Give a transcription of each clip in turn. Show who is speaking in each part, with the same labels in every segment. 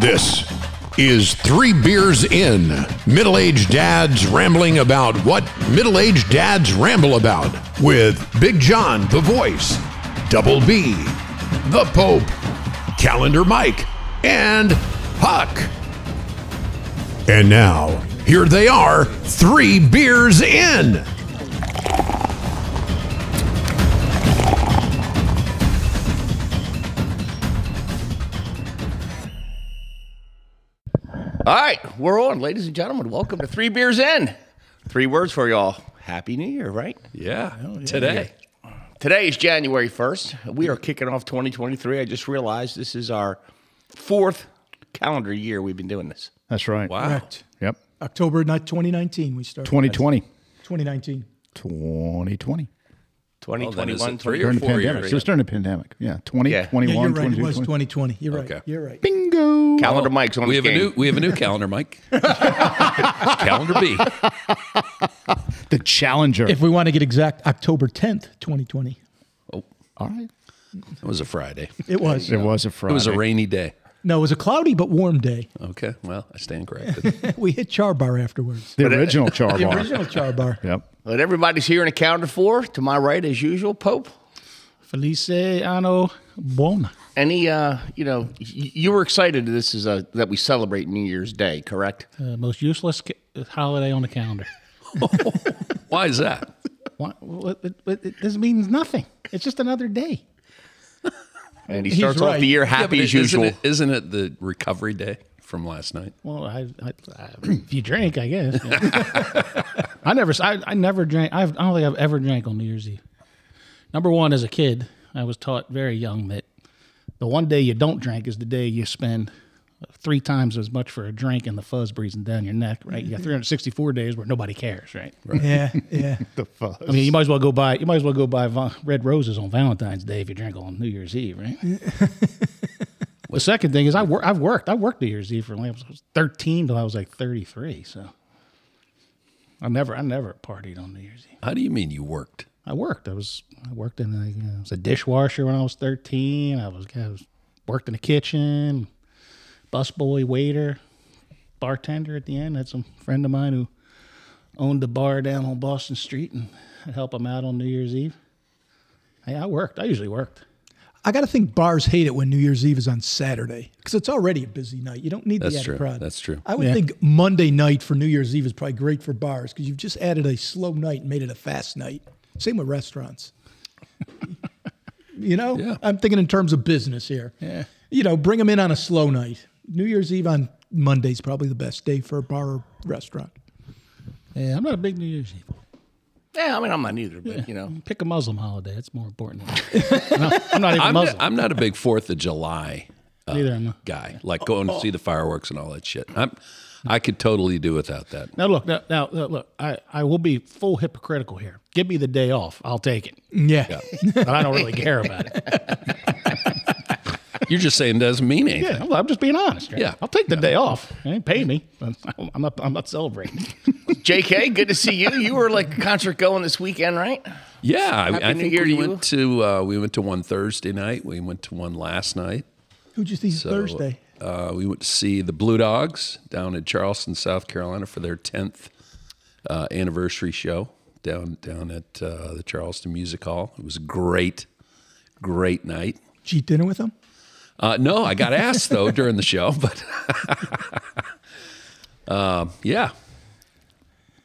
Speaker 1: This is Three Beers In Middle Aged Dads Rambling About What Middle Aged Dads Ramble About with Big John, The Voice, Double B, The Pope, Calendar Mike, and Huck. And now, here they are, Three Beers In.
Speaker 2: All right, we're on, ladies and gentlemen. Welcome to Three Beers In. Three words for y'all. Happy New Year, right?
Speaker 3: Yeah, today.
Speaker 2: Today is January 1st. We are kicking off 2023. I just realized this is our fourth calendar year we've been doing this.
Speaker 4: That's right.
Speaker 3: Wow.
Speaker 5: Correct.
Speaker 4: Yep.
Speaker 5: October ni- 2019, we started.
Speaker 4: 2020.
Speaker 5: 2019.
Speaker 4: 2020.
Speaker 3: then is
Speaker 2: 2021,
Speaker 3: it three
Speaker 4: During the
Speaker 3: Four
Speaker 4: pandemic.
Speaker 3: years.
Speaker 4: So it's during the pandemic. Yeah. 20,
Speaker 2: Yeah. Yeah,
Speaker 4: 21,
Speaker 5: Yeah, you're right. It
Speaker 4: 22,
Speaker 5: was 2020. You're right.
Speaker 3: Okay.
Speaker 5: You're right.
Speaker 4: Bingo.
Speaker 2: Calendar Mike's on
Speaker 3: Oh, We
Speaker 2: his
Speaker 3: have a
Speaker 2: game.
Speaker 3: new we have a new calendar, Mike. calendar B.
Speaker 4: The challenger.
Speaker 5: If we want to get exact, October 10th, 2020.
Speaker 4: All right.
Speaker 3: It was a Friday.
Speaker 5: It was.
Speaker 4: It was a Friday.
Speaker 3: It was a rainy day.
Speaker 5: No, it was a cloudy but warm day.
Speaker 3: Okay. Well, I stand corrected.
Speaker 5: We hit Char Bar afterwards.
Speaker 4: The original char
Speaker 5: The
Speaker 4: bar.
Speaker 5: original Char Bar.
Speaker 4: Yep.
Speaker 2: But everybody's here and accounted for. To my right, as usual, Pope.
Speaker 4: Felice anno buona.
Speaker 2: Any, uh, you know, y- you were excited this is a, that we celebrate New Year's Day, correct?
Speaker 6: Uh, most useless ca- holiday on the calendar.
Speaker 3: Why is that?
Speaker 6: Why, well, it, it, it, this means nothing. It's just another day.
Speaker 2: And he
Speaker 5: He's
Speaker 2: starts off
Speaker 5: right.
Speaker 2: the year
Speaker 3: Yeah,
Speaker 2: happy
Speaker 3: but
Speaker 2: as
Speaker 3: isn't
Speaker 2: usual.
Speaker 3: It, isn't it the recovery day from last night?
Speaker 6: Well, I, I, I, if you drink, I guess. you know. I never, I, I never drank. I've, I don't think I've ever drank on New Year's Eve. Number one, as a kid, I was taught very young that the one day you don't drink is the day you spend three times as much for a drink and the fuzz breezing down your neck. Right? You got 364 days where nobody cares. Right?
Speaker 5: Yeah, yeah.
Speaker 4: The fuzz.
Speaker 6: I mean, you might as well go buy. You might as well go buy va- red roses on Valentine's Day if you drink on New Year's Eve, right? the second thing is, I wor- I've worked. I worked New Year's Eve for like, I was thirteen till I was like thirty three. So I never, I never partied on New Year's Eve.
Speaker 3: How do you mean you worked?
Speaker 6: I worked. I was, I worked in, a, you know, I was a dishwasher when I was thirteen. I was, I was worked in the kitchen, busboy, waiter, bartender. At the end, had some friend of mine who owned the bar down on Boston Street, and I'd help him out on New Year's Eve. Hey, I worked. I usually worked.
Speaker 5: I got to think bars hate it when New Year's Eve is on Saturday because it's already a busy night. You don't need
Speaker 3: That's
Speaker 5: the added
Speaker 3: true.
Speaker 5: crowd.
Speaker 3: That's true.
Speaker 5: I would think Monday night for New Year's Eve is probably great for bars because you've just added a slow night and made it a fast night. Same with restaurants. you know,
Speaker 3: Yeah.
Speaker 5: I'm thinking in terms of business here. Yeah. You know, bring them in on a slow night. New Year's Eve on Monday's probably the best day for a bar or restaurant.
Speaker 6: Yeah, I'm not a big New Year's Eve.
Speaker 2: yeah, I mean, I'm not either, but, you know.
Speaker 6: Pick a Muslim holiday. It's more important. Than I'm, not, I'm not even
Speaker 3: I'm
Speaker 6: Muslim.
Speaker 3: not, I'm not a big Fourth of July
Speaker 6: Neither am I.
Speaker 3: guy. Like going to see the fireworks and all that shit. I'm I could totally do without that.
Speaker 6: Now look, now, now now, look. I, I will be full hypocritical here. Give me the day off. I'll take it.
Speaker 5: Yeah.
Speaker 6: But I don't really care about it.
Speaker 3: You're just saying it doesn't mean anything.
Speaker 6: Yeah, I'm, I'm just being honest. right?
Speaker 3: Yeah.
Speaker 6: I'll take the day off. They ain't pay me. I'm not. I'm not celebrating.
Speaker 2: JK, good to see you. You were like a concert going this weekend, right?
Speaker 3: Yeah, I- I,
Speaker 2: New
Speaker 3: think
Speaker 2: Year to
Speaker 3: we
Speaker 2: you.
Speaker 3: went to uh, we went to one Thursday night. We went to one last night.
Speaker 5: Who'd you see
Speaker 3: So,
Speaker 5: Thursday?
Speaker 3: uh, we went to see the Blue Dogs down in Charleston, South Carolina, for their tenth uh, anniversary show down down at uh, the Charleston Music Hall. It was a great, great night.
Speaker 5: Did you eat dinner with them?
Speaker 3: Uh, no, I got asked though during the show, but um, yeah.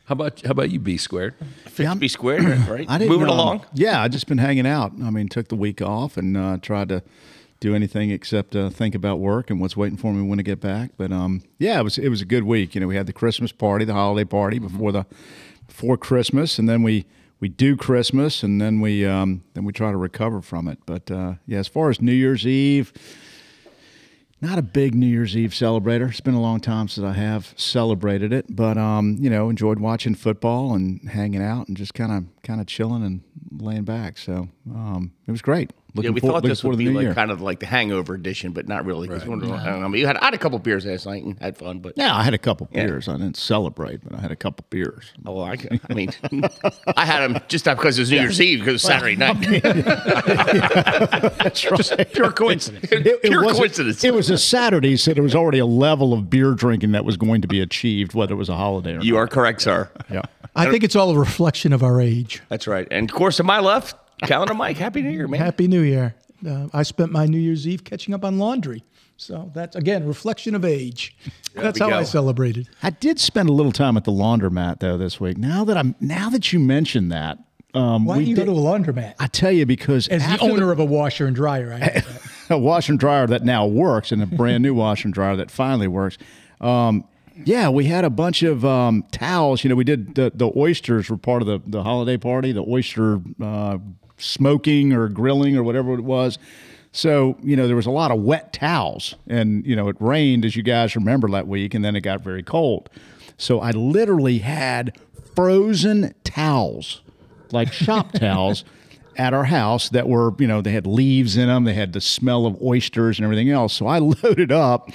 Speaker 3: How about how about you, B squared?
Speaker 4: Yeah, I'm-
Speaker 2: Be squared, right?
Speaker 4: I didn't,
Speaker 2: Moving
Speaker 4: um,
Speaker 2: along.
Speaker 4: Yeah, I just been hanging out. I mean, took the week off and uh, tried to do anything except uh, think about work and what's waiting for me when I get back. But um, yeah, it was it was a good week. You know, we had the Christmas party, the holiday party
Speaker 2: Mm-hmm.
Speaker 4: before the before Christmas, and then we we do Christmas, and then we um, then we try to recover from it. But uh, yeah, as far as New Year's Eve. Not a big New Year's Eve celebrator. It's been a long time since I have celebrated it, but um, you know, enjoyed watching football and hanging out and just kind of kind of chilling and laying back. So um, it was great. Looking
Speaker 2: yeah, we
Speaker 4: for-
Speaker 2: thought
Speaker 4: looking
Speaker 2: this
Speaker 4: forward
Speaker 2: would
Speaker 4: to the
Speaker 2: be
Speaker 4: new
Speaker 2: like
Speaker 4: year.
Speaker 2: kind of like the hangover edition, but not really. Because I don't know. You had I had a couple beers last night and had fun, but
Speaker 4: Yeah, I had a couple beers. I didn't celebrate, but I had a couple beers.
Speaker 2: oh, well, I, I mean, I had them just not because it was New Year's Eve, because it was Saturday night.
Speaker 4: That's right.
Speaker 2: Pure coincidence. Pure
Speaker 4: wasn't-
Speaker 2: coincidence.
Speaker 4: It was a Saturday, so there was already a level of beer drinking that was going to be achieved, whether it was a holiday or
Speaker 2: You are correct, sir.
Speaker 4: not. Yeah.
Speaker 5: I think it's all a reflection of our age.
Speaker 2: That's right. And of course, to my left, Calendar Mike. Happy New Year, man.
Speaker 5: Happy New Year. Uh, I spent my New Year's Eve catching up on laundry. So that's, again, reflection of age. That's
Speaker 2: we
Speaker 5: how
Speaker 2: go.
Speaker 5: I celebrated.
Speaker 4: I did spend a little time at the laundromat though this week. Now that I'm now that you mentioned that, um,
Speaker 5: Why
Speaker 4: we
Speaker 5: do you
Speaker 4: did,
Speaker 5: go to a laundromat?
Speaker 4: I tell you because
Speaker 5: As the
Speaker 4: after
Speaker 5: owner of a washer and dryer, I know that.
Speaker 4: a washer and dryer that now works and a brand new washer and dryer that finally works. Um, yeah, we had a bunch of um, towels. You know, we did the, the oysters were part of the, the holiday party, the oyster uh, smoking or grilling or whatever it was. So, you know, there was a lot of wet towels and, you know, it rained, as you guys remember that week, and then it got very cold. So I literally had frozen towels like shop towels at our house that were, you know, they had leaves in them, they had the smell of oysters and everything else. So I loaded up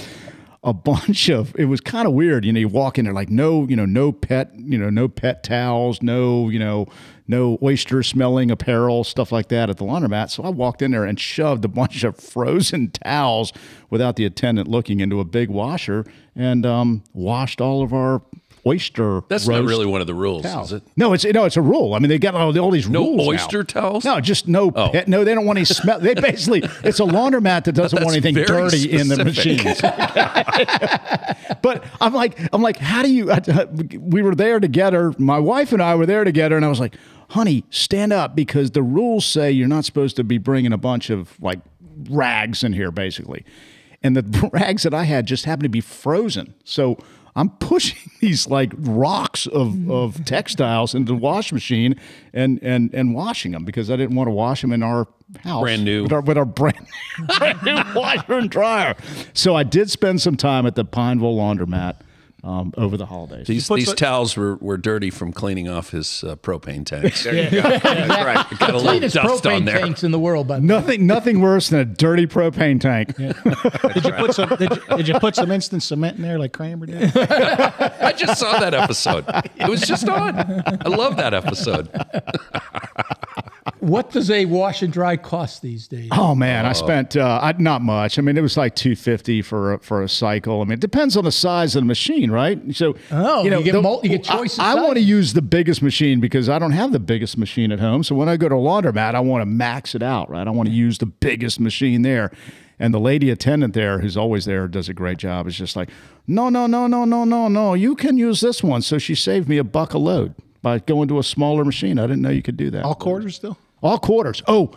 Speaker 4: a bunch of it was kind of weird. You know, you walk in there like no, you know, no pet, you know, no pet towels, no, you know, no oyster smelling apparel, stuff like that at the laundromat. So I walked in there and shoved a bunch of frozen towels without the attendant looking into a big washer and um, washed all of our oyster
Speaker 3: That's not
Speaker 4: roast
Speaker 3: really one of the rules,
Speaker 4: towel.
Speaker 3: is it?
Speaker 4: No, it's no, it's a rule. I mean, they got all, all these
Speaker 3: No
Speaker 4: rules. now.
Speaker 3: oyster towels? Oh.
Speaker 4: No, just no. Pet, no, they don't want any smell. They basically it's a laundromat that doesn't want
Speaker 3: That's
Speaker 4: anything
Speaker 3: very
Speaker 4: dirty in the
Speaker 3: specific.
Speaker 4: machines. but I'm like, I'm like, how do you? I, uh, we were there together. My wife and I were there together, and I was like, honey, stand up because the rules say you're not supposed to be bringing a bunch of like rags in here, basically. And the rags that I had just happened to be frozen, so I'm pushing these like rocks of, of textiles into the wash machine and and and washing them because I didn't want to wash them in our house
Speaker 3: Brand new.
Speaker 4: with our, with our brand brand new washer and dryer. So I did spend some time at the Pineville laundromat um, over the holidays.
Speaker 3: These, these towels were, were dirty from cleaning off his uh, propane tanks.
Speaker 2: There you go. That's right.
Speaker 3: Got a little
Speaker 5: Cleanest
Speaker 3: dust on
Speaker 5: propane
Speaker 3: there.
Speaker 5: tanks in the world, but
Speaker 4: Nothing, nothing worse than a dirty propane tank.
Speaker 6: Did you put some? Did you, did you put some instant cement in there like Kramer did?
Speaker 3: I just saw that episode. It was just on. I love that episode.
Speaker 5: what does a wash and dry cost these days?
Speaker 4: Oh man, I spent uh, I, not much. I mean, it was like two fifty for a, for a cycle. I mean, it depends on the size of the machine, right? So
Speaker 5: Oh, you get mul- you get
Speaker 4: I-
Speaker 5: choice of
Speaker 4: I,
Speaker 5: size.
Speaker 4: want to use the biggest machine because I don't have the biggest machine at home. So when I go to a laundromat, I want to max it out, right? I want to use the biggest machine there. And the lady attendant there, who's always there, does a great job. Is just like, no, no, no, no, no, no, no. You can use this one. So she saved me a buck a load by going to a smaller machine. I didn't know you could do that.
Speaker 6: All quarters still.
Speaker 4: All quarters. Oh,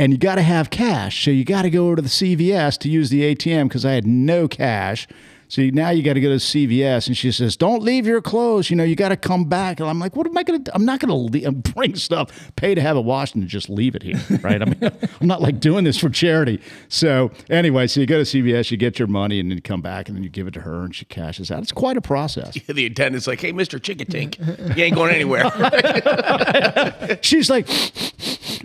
Speaker 4: and you got to have cash. So you got to go over to the CVS to use the ATM because I had no cash. So you- now you got to go to CVS, and she says, "Don't leave your clothes. You know, you got to come back." And I'm like, "What am I going to? I'm not going to bring stuff, pay to have it washed, and just leave it here, right? I mean, I'm not like doing this for charity." So anyway, so you go to CVS, you get your money, and then you come back, and then you give it to her, and she cashes out. It's quite a process.
Speaker 2: The attendant's like, "Hey, Mister Chicken Tank, you ain't going anywhere."
Speaker 4: She's like,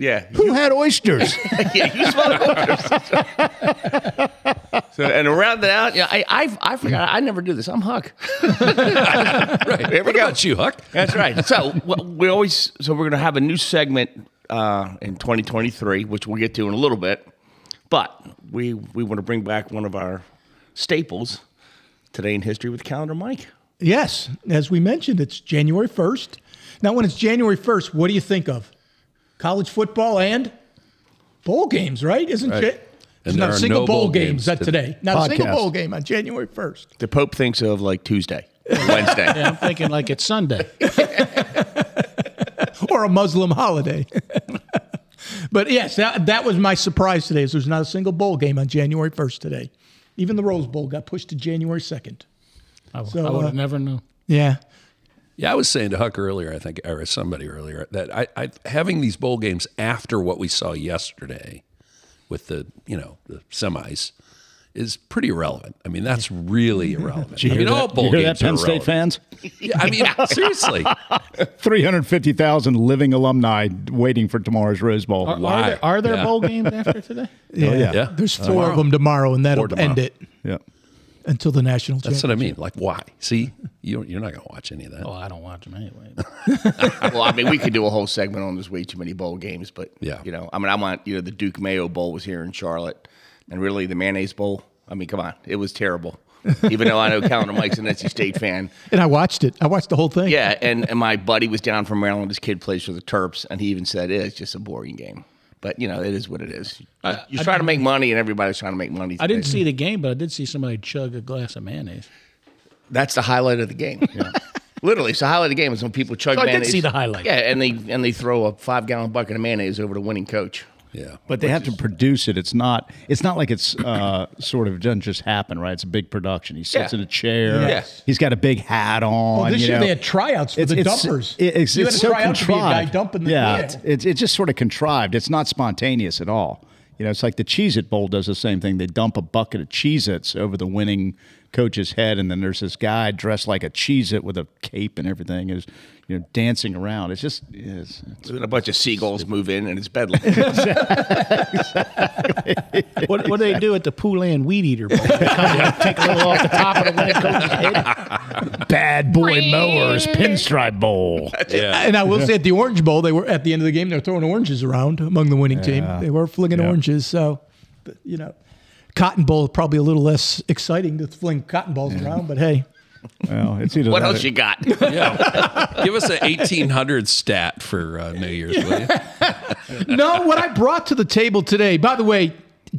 Speaker 2: yeah,
Speaker 4: "Who had oysters?"
Speaker 2: yeah, you smell the corners. so, and to round it out, yeah, I, I, I forgot. I never do this. I'm Huck.
Speaker 3: Right.
Speaker 2: There we
Speaker 3: what
Speaker 2: go.
Speaker 3: about you, Huck?
Speaker 2: That's right. So wh- we always, so we're going to have a new segment uh, in 2023, which we'll get to in a little bit. But we we want to bring back one of our staples today in history with Calendar Mike.
Speaker 5: Yes, as we mentioned, it's January 1st. Now, when it's January 1st, what do you think of? College football and bowl games, right? Isn't it? There's
Speaker 3: there
Speaker 5: not a
Speaker 3: are
Speaker 5: single
Speaker 3: no
Speaker 5: bowl
Speaker 3: bowl
Speaker 5: game
Speaker 3: games
Speaker 5: that
Speaker 3: today.
Speaker 5: today. Not a single
Speaker 4: Podcast.
Speaker 5: bowl game on January 1st.
Speaker 2: The Pope thinks of like Tuesday, Wednesday.
Speaker 6: I'm thinking like it's Sunday.
Speaker 5: or a Muslim holiday. but yes, that, that was my surprise today. Is there's not a single bowl game on January 1st today. Even the Rose Bowl got pushed to January 2nd.
Speaker 6: I,
Speaker 5: So,
Speaker 6: would
Speaker 5: uh,
Speaker 6: have never known.
Speaker 5: Yeah.
Speaker 3: Yeah, I was saying to Huck earlier, I think, or somebody earlier, that I, I having these bowl games after what we saw yesterday with the, you know, the semis is pretty irrelevant. I mean, that's really irrelevant.
Speaker 4: You
Speaker 3: I
Speaker 4: hear
Speaker 3: mean, all
Speaker 4: that?
Speaker 3: bowl
Speaker 4: you hear
Speaker 3: games
Speaker 4: that, Penn
Speaker 3: are
Speaker 4: State
Speaker 3: irrelevant.
Speaker 4: fans?
Speaker 3: Yeah, I mean, seriously.
Speaker 4: 350,000 living alumni waiting for tomorrow's Rose Bowl. Oh,
Speaker 6: Are,
Speaker 3: Why?
Speaker 6: are there, are there
Speaker 3: Yeah.
Speaker 6: bowl games after today?
Speaker 5: Yeah.
Speaker 4: yeah.
Speaker 3: Yeah.
Speaker 5: There's four of them tomorrow, and that'll
Speaker 3: Four tomorrow.
Speaker 5: end it
Speaker 4: yeah.
Speaker 5: until the national
Speaker 3: That's
Speaker 5: championship.
Speaker 3: what I mean. Like, why? See, you, you're not going to watch any of that.
Speaker 4: Oh.
Speaker 6: Well, I don't watch them anyway.
Speaker 2: well, I mean, we could do a whole segment on there's way too many bowl games, but
Speaker 3: Yeah.
Speaker 2: you know, I mean, I want you know the Duke Mayo Bowl was here in Charlotte, and really the mayonnaise bowl. I mean, come on, it was terrible. Even though I know Calendar Mike's an NC State fan,
Speaker 5: And I watched it. I watched the whole thing.
Speaker 2: yeah, and, and my buddy was down from Maryland. His kid plays for the Terps, and he even said it's just a boring game. But you know, it is what it is. You're trying to make money, and everybody's trying to make money.
Speaker 6: Uh, I didn't
Speaker 2: today.
Speaker 6: see the game, but I did see somebody chug a glass of mayonnaise.
Speaker 2: That's the highlight of the game. Literally, it's the highlight of the game is when people chug.
Speaker 6: So I did
Speaker 2: mayonnaise.
Speaker 6: see the highlight.
Speaker 2: Yeah, and they and they throw a five gallon bucket of mayonnaise over the winning coach.
Speaker 3: yeah.
Speaker 4: But they have to produce it. It's not. It's not like it's uh, sort of doesn't just happen, right? It's a big production. He sits
Speaker 2: Yeah.
Speaker 4: in a chair.
Speaker 2: Yes.
Speaker 4: He's got a big hat on.
Speaker 5: Well, Oh, this
Speaker 4: you
Speaker 5: year
Speaker 4: know.
Speaker 5: they had tryouts for
Speaker 4: It's-
Speaker 5: the
Speaker 4: it's-
Speaker 5: dumpers.
Speaker 4: it- it's,
Speaker 5: you
Speaker 4: it's
Speaker 5: had
Speaker 4: so
Speaker 5: a tryout to be a guy
Speaker 4: contrived.
Speaker 5: dumping the
Speaker 4: yeah,
Speaker 5: yeah.
Speaker 4: it's, it's it's just sort of contrived. It's not spontaneous at all. You know, it's like the Cheez-It Bowl does the same thing. They dump a bucket of Cheez-Its over the winning coach's head, and then there's this guy dressed like a Cheez-It with a cape and everything is, you know, dancing around. It's just, it's, it's
Speaker 2: Then a bunch of seagulls move in, and it's bedlam.
Speaker 6: What, what do they do at the Poulan Weed Eater Bowl? They come and take a little off the top of the winning coach's head.
Speaker 4: bad boy mowers pinstripe bowl.
Speaker 5: And I will say at the Orange Bowl, they were at the end of the game, they were throwing oranges around among the winning team. They were flinging oranges. So, th- you know, Cotton Bowl probably a little less exciting to fling cotton balls around, but hey,
Speaker 4: well, it's either
Speaker 2: what
Speaker 4: that
Speaker 2: else
Speaker 4: or-
Speaker 2: you got?
Speaker 3: Yeah. Give us an 1800 stat for uh, New Year's, will you?
Speaker 5: no, what I brought to the table today, by the way,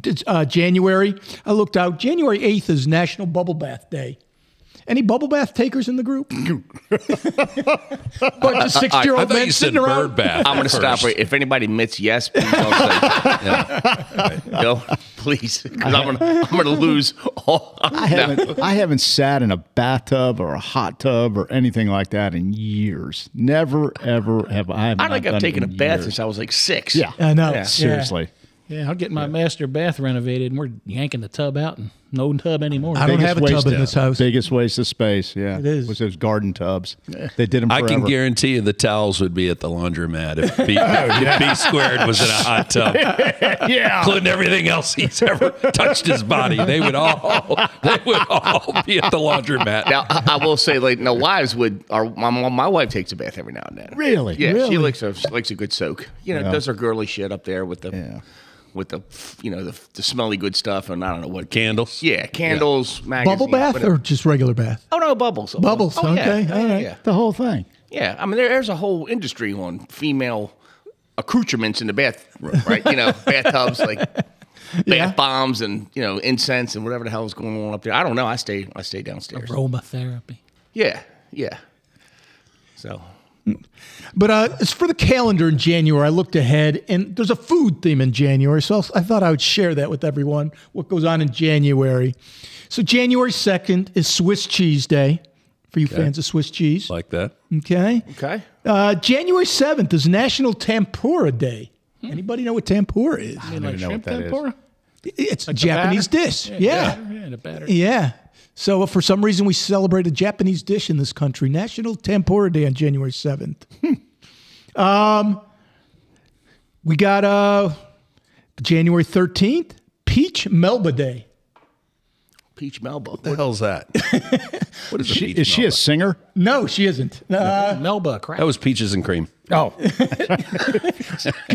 Speaker 5: it's, uh, January, I looked out. January 8th is National Bubble Bath Day. Any bubble bath takers in the group? Bunch of six year
Speaker 3: I thought
Speaker 5: old men
Speaker 3: you said
Speaker 5: sitting around.
Speaker 3: bird bath.
Speaker 2: I'm going to
Speaker 3: at
Speaker 2: stop
Speaker 3: first.
Speaker 2: right. If anybody admits yes, please don't say no. Please, 'cause I'm going to I'm going to lose all.
Speaker 4: I haven't I haven't sat in a bathtub or a hot tub or anything like that in years. Never ever have I. Have
Speaker 2: I
Speaker 4: not
Speaker 2: think
Speaker 4: done
Speaker 2: I've
Speaker 4: it
Speaker 2: taken a
Speaker 4: in
Speaker 2: bath
Speaker 4: years.
Speaker 2: since I was like six.
Speaker 4: Yeah,
Speaker 5: I know. Yeah.
Speaker 4: Seriously,
Speaker 6: Yeah, I'll get my master bath renovated, and we're yanking the tub out, and no tub anymore.
Speaker 5: I don't have a
Speaker 4: waste
Speaker 5: tub in this house.
Speaker 4: biggest waste of space. Yeah, it
Speaker 5: is.
Speaker 4: Was those garden tubs? They did them.
Speaker 3: I
Speaker 4: Forever.
Speaker 3: can guarantee you the towels would be at the laundromat if B, if B squared was in a hot tub,
Speaker 4: Yeah.
Speaker 3: including everything else he's ever touched his body. They would all they would all be at the laundromat.
Speaker 2: Now I, I will say, like, no, wives would. Our my, my my wife takes a bath every now and then.
Speaker 4: Really?
Speaker 2: Yeah,
Speaker 5: Really?
Speaker 2: she likes a she likes a good soak. You know, does her girly shit up there with the
Speaker 4: Yeah.
Speaker 2: with the you know the, the smelly good stuff, and I don't know what.
Speaker 3: Candles.
Speaker 2: yeah, candles, magazines.
Speaker 5: Bubble bath
Speaker 2: whatever.
Speaker 5: or just regular bath?
Speaker 2: oh no, bubbles.
Speaker 5: Bubbles,
Speaker 2: Oh, yeah.
Speaker 5: okay,
Speaker 2: Yeah,
Speaker 5: all right.
Speaker 2: yeah.
Speaker 4: The whole thing.
Speaker 2: Yeah, I mean, there, there's a whole industry on female accoutrements in the bathroom, right? You know, bathtubs, like
Speaker 5: Yeah.
Speaker 2: bath bombs, and you know, incense and whatever the hell's going on up there. I don't know. I stay, I stay downstairs.
Speaker 6: Aromatherapy.
Speaker 2: Yeah, yeah. So
Speaker 5: But uh, as for the calendar in January, I looked ahead, and there's a food theme in January, so I thought I would share that with everyone. What goes on in January? So January second is Swiss Cheese Day for you fans of Swiss cheese.
Speaker 3: Like that.
Speaker 5: Okay.
Speaker 2: okay,
Speaker 5: Uh, January seventh is National Tempura Day. Anybody know what tempura is?
Speaker 6: You Hmm. like
Speaker 4: even know what
Speaker 6: shrimp
Speaker 4: that is.
Speaker 6: tempura?
Speaker 5: It's a
Speaker 6: the
Speaker 5: Japanese
Speaker 6: batter?
Speaker 5: dish. yeah.
Speaker 6: yeah, the batter.
Speaker 5: Yeah. So if for some reason we celebrate a Japanese dish in this country, National Tempura Day on January 7th. um, we got uh, January 13th, Peach Melba Day.
Speaker 2: peach Melba.
Speaker 3: What the hell's that? What is a peach
Speaker 4: Is she a
Speaker 3: melba?
Speaker 4: singer?
Speaker 5: No, she isn't. Uh,
Speaker 6: Melba, crap.
Speaker 3: That was peaches and cream.
Speaker 4: Oh,
Speaker 5: can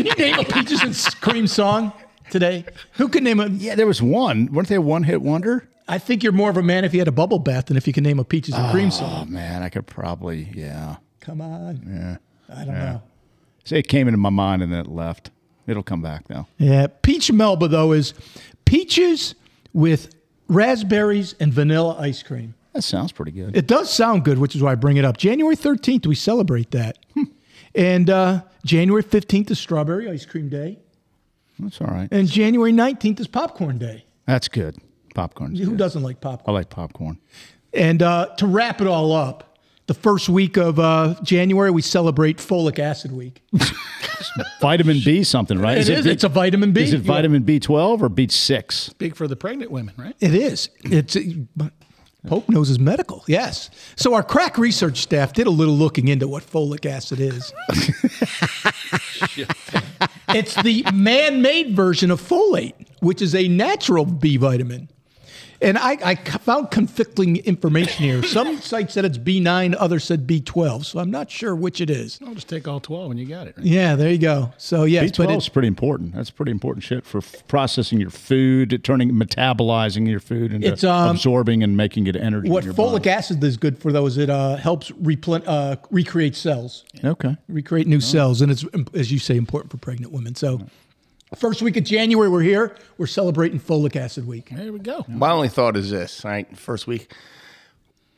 Speaker 5: you name a peaches and s- cream song today? Who can name a?
Speaker 4: yeah. There was one. weren't they a one-hit wonder?
Speaker 5: I think you're more of a man if you had a bubble bath than if you can name a peaches and cream
Speaker 4: Oh
Speaker 5: song.
Speaker 4: man, I could probably. Yeah.
Speaker 5: Come on. I don't know.
Speaker 4: See, it came into my mind and then it left. It'll come back now.
Speaker 5: Yeah, peach melba though is peaches with raspberries and vanilla ice cream.
Speaker 4: That sounds pretty good.
Speaker 5: It does sound good, which is why I bring it up. January 13th, we celebrate that.
Speaker 4: Hmm.
Speaker 5: And uh, January 15th is strawberry ice cream day.
Speaker 4: That's all right.
Speaker 5: And January 19th is popcorn day.
Speaker 4: That's good. Popcorn.
Speaker 5: Who doesn't like popcorn?
Speaker 4: I like popcorn.
Speaker 5: And uh, to wrap it all up, the first week of uh, January, we celebrate folic acid week.
Speaker 4: Vitamin B something, right?
Speaker 5: It is. It's a vitamin B.
Speaker 4: Is it
Speaker 5: Yeah.
Speaker 4: vitamin B12 or B6?
Speaker 6: Big for the pregnant women, right?
Speaker 5: It is. It's but Pope knows his medical. Yes. So our crack research staff did a little looking into what folic acid is. it's the man-made version of folate, which is a natural B vitamin. And I, I c- found conflicting information here. Some sites said it's B9, others said B12. So I'm not sure which it is.
Speaker 6: I'll just take all twelve and you got it. Right?
Speaker 5: Yeah, there you go. So yes, but
Speaker 4: B12
Speaker 5: it's
Speaker 4: is pretty important. That's pretty important shit for f- processing your food, turning, metabolizing your food, and
Speaker 5: It's, um,
Speaker 4: absorbing and making it energy.
Speaker 5: what
Speaker 4: in your
Speaker 5: folic
Speaker 4: body.
Speaker 5: acid is good for though is it uh, helps replen- uh, recreate cells.
Speaker 4: Okay.
Speaker 5: recreate
Speaker 2: Oh.
Speaker 5: new cells, and it's im- as you say important for pregnant women. So, first week of January, we're here. We're celebrating folic acid week.
Speaker 6: There we go.
Speaker 2: My only thought is this, all right, first week.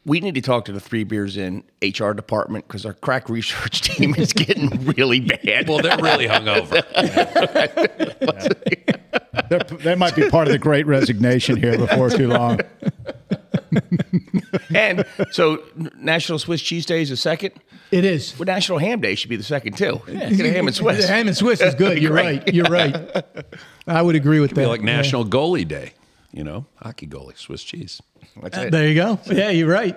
Speaker 2: We need to talk to the Three Beers in HR department because our crack research team is getting really bad.
Speaker 3: Well, they're really hungover.
Speaker 4: They're, they might be part of the great resignation here before too long.
Speaker 2: and so National Swiss Cheese Day is the second.
Speaker 5: It is.
Speaker 2: Well, National Ham Day should be the second too. Get a ham and Swiss.
Speaker 5: Ham and Swiss is good. You're
Speaker 2: Great.
Speaker 5: right. You're right. I would agree with
Speaker 3: Be
Speaker 5: that.
Speaker 3: like National Goalie Day, you know, hockey goalie, Swiss cheese.
Speaker 2: That's
Speaker 5: Yeah.
Speaker 2: it.
Speaker 5: There you go. Yeah, you're right.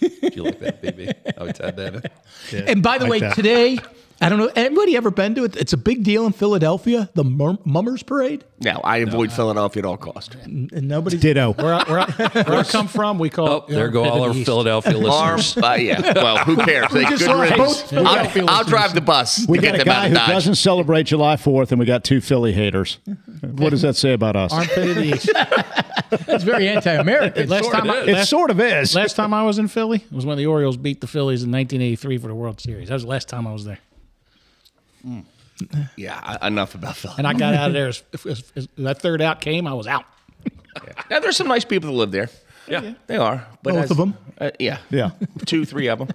Speaker 3: Do you like that, Oh, baby? I would add that in.
Speaker 5: And by the way,
Speaker 4: that.
Speaker 5: today, I don't know anybody ever been to it. It's a big deal in Philadelphia, the Mur- Mummers Parade,
Speaker 2: No, I avoid Philadelphia at all cost.
Speaker 5: and nobody's
Speaker 4: Ditto.
Speaker 6: Where I, where, I, where I come from, we call
Speaker 3: Oh,
Speaker 6: it, you
Speaker 3: there
Speaker 6: know,
Speaker 3: go
Speaker 6: head to
Speaker 3: all
Speaker 6: the
Speaker 3: our
Speaker 6: east.
Speaker 3: Philadelphia
Speaker 2: Arm,
Speaker 3: listeners.
Speaker 2: uh, yeah. Well, who cares? They
Speaker 5: just
Speaker 2: good
Speaker 5: lost
Speaker 2: riddance.
Speaker 5: both Philadelphia
Speaker 2: I'll, I'll
Speaker 5: listeners.
Speaker 2: drive the bus.
Speaker 4: We
Speaker 2: to
Speaker 4: got
Speaker 2: get
Speaker 4: a
Speaker 2: them out
Speaker 4: guy
Speaker 2: of
Speaker 4: who
Speaker 2: Dodge.
Speaker 4: doesn't celebrate July 4th, and we got two Philly haters. What does that say about us?
Speaker 6: Armpit of the east.
Speaker 5: It's very anti-American.
Speaker 6: Last time, I,
Speaker 3: is.
Speaker 4: It sort of is.
Speaker 6: last time I was in Philly was when the Orioles beat the Phillies in 1983 for the World Series. That was the last time I was there,
Speaker 2: Yeah, I- enough about Philadelphia.
Speaker 6: and I got out of there as, as, as that third out came. I was out.
Speaker 2: Now there's some nice people that live there.
Speaker 3: Yeah.
Speaker 2: They are. But
Speaker 5: Both
Speaker 2: as-
Speaker 5: of 'em?
Speaker 2: Uh, yeah.
Speaker 4: Yeah.
Speaker 2: Two, three of them.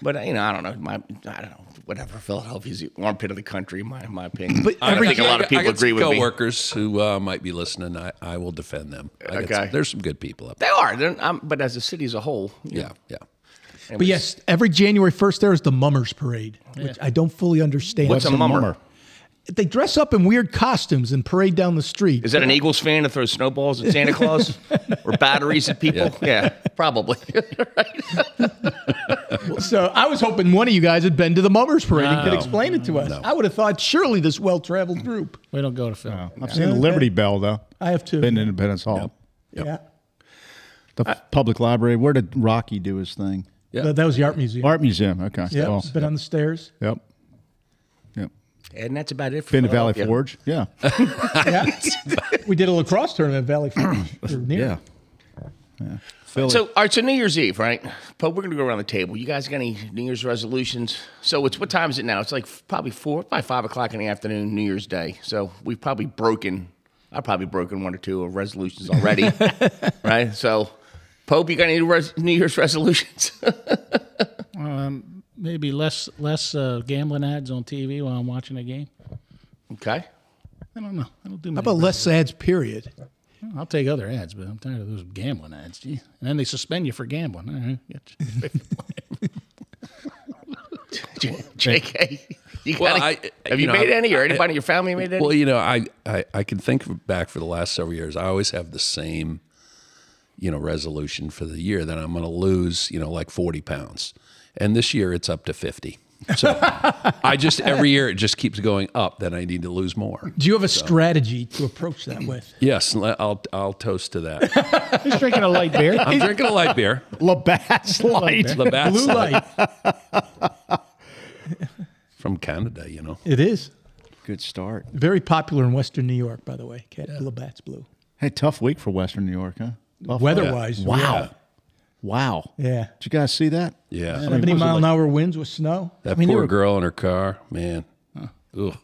Speaker 2: But you know, I don't know. My, I don't know. Whatever. Philadelphia's the armpit of the country, in my, my opinion. But I think a lot of
Speaker 3: I
Speaker 2: people
Speaker 3: got
Speaker 2: agree
Speaker 3: some
Speaker 2: with me.
Speaker 3: coworkers who uh, might be listening. I, I will defend them. I got
Speaker 2: Okay.
Speaker 3: some- there's some good people up there.
Speaker 2: They are. They're, i but as a city as a whole,
Speaker 3: Yeah, yeah.
Speaker 5: But yes, every January 1st, there is the Mummers Parade, which I don't fully understand.
Speaker 2: What's a mummer?
Speaker 5: they dress up in weird costumes and parade down the street.
Speaker 2: Is that an Eagles fan that throws snowballs at Santa Claus or batteries at people? Yeah, probably.
Speaker 5: So I was hoping one of you guys had been to the Mummers Parade and could
Speaker 3: No.
Speaker 5: explain it to us. I would have thought surely this well-traveled group.
Speaker 6: We don't go to Philly.
Speaker 4: I've seen the Liberty Bell, though.
Speaker 5: I have too.
Speaker 4: Been to Independence Hall.
Speaker 5: Yeah.
Speaker 4: The public library. Where did Rocky do his thing?
Speaker 5: Th- That was the art museum.
Speaker 4: Art Museum. Okay.
Speaker 5: yeah,
Speaker 4: Cool.
Speaker 5: been on the stairs.
Speaker 4: Yep. Yep.
Speaker 2: and that's about it. For
Speaker 4: Been to Valley
Speaker 2: Philadelphia.
Speaker 4: Forge. Yeah.
Speaker 5: Yeah, we did a lacrosse tournament at Valley Forge. or near.
Speaker 4: yeah. Philly.
Speaker 2: So, all right, so New Year's Eve, right? Pope, we're going to go around the table. You guys got any New Year's resolutions? So, it's what time is it now? It's like f- probably four, probably five o'clock in the afternoon, New Year's Day. So, we've probably broken, I've probably broken one or two of resolutions already, right? So, Pope, you got any res- New Year's resolutions?
Speaker 6: Maybe less less uh, gambling ads on TV while I'm watching a game.
Speaker 2: okay.
Speaker 6: I don't know. I don't do.
Speaker 5: How about less sads, period?
Speaker 6: I'll take other ads, but I'm tired of those gambling ads. Gee. And then they suspend you for gambling. All right, get you.
Speaker 2: J- JK, you got
Speaker 3: Well,
Speaker 2: any-
Speaker 3: I-
Speaker 2: have you,
Speaker 3: you know,
Speaker 2: made
Speaker 3: I-
Speaker 2: any or
Speaker 3: I-
Speaker 2: anybody in your family made any?
Speaker 3: Well, you know, I, I, I can think back for the last several years. I always have the same, you know, resolution for the year that I'm going to lose, you know, like 40 pounds. And this year it's up to 50. So I just, every year it just keeps going up that I need to lose more.
Speaker 5: Do you have a strategy to approach that with?
Speaker 3: Yes, le- I'll, I'll toast to that.
Speaker 6: He's drinking a light beer.
Speaker 3: I'm drinking a light beer. uh,
Speaker 4: Labatt's Light.
Speaker 3: Labatt's
Speaker 5: Blue light.
Speaker 3: From Canada, you know.
Speaker 5: it is
Speaker 4: Good start.
Speaker 5: very popular in Western New York, by the way. Cat Labatt's Blue.
Speaker 4: Hey, tough week for Western New York, huh? Tough
Speaker 5: Weather-wise,
Speaker 4: Wow.
Speaker 5: yeah.
Speaker 4: Wow.
Speaker 5: Yeah.
Speaker 4: Did you guys see that?
Speaker 3: Yeah.
Speaker 5: Seventy mile an hour winds with snow.
Speaker 3: That
Speaker 4: I mean, you
Speaker 3: poor
Speaker 4: were-
Speaker 3: girl in her car, man. Ugh.
Speaker 4: I mean,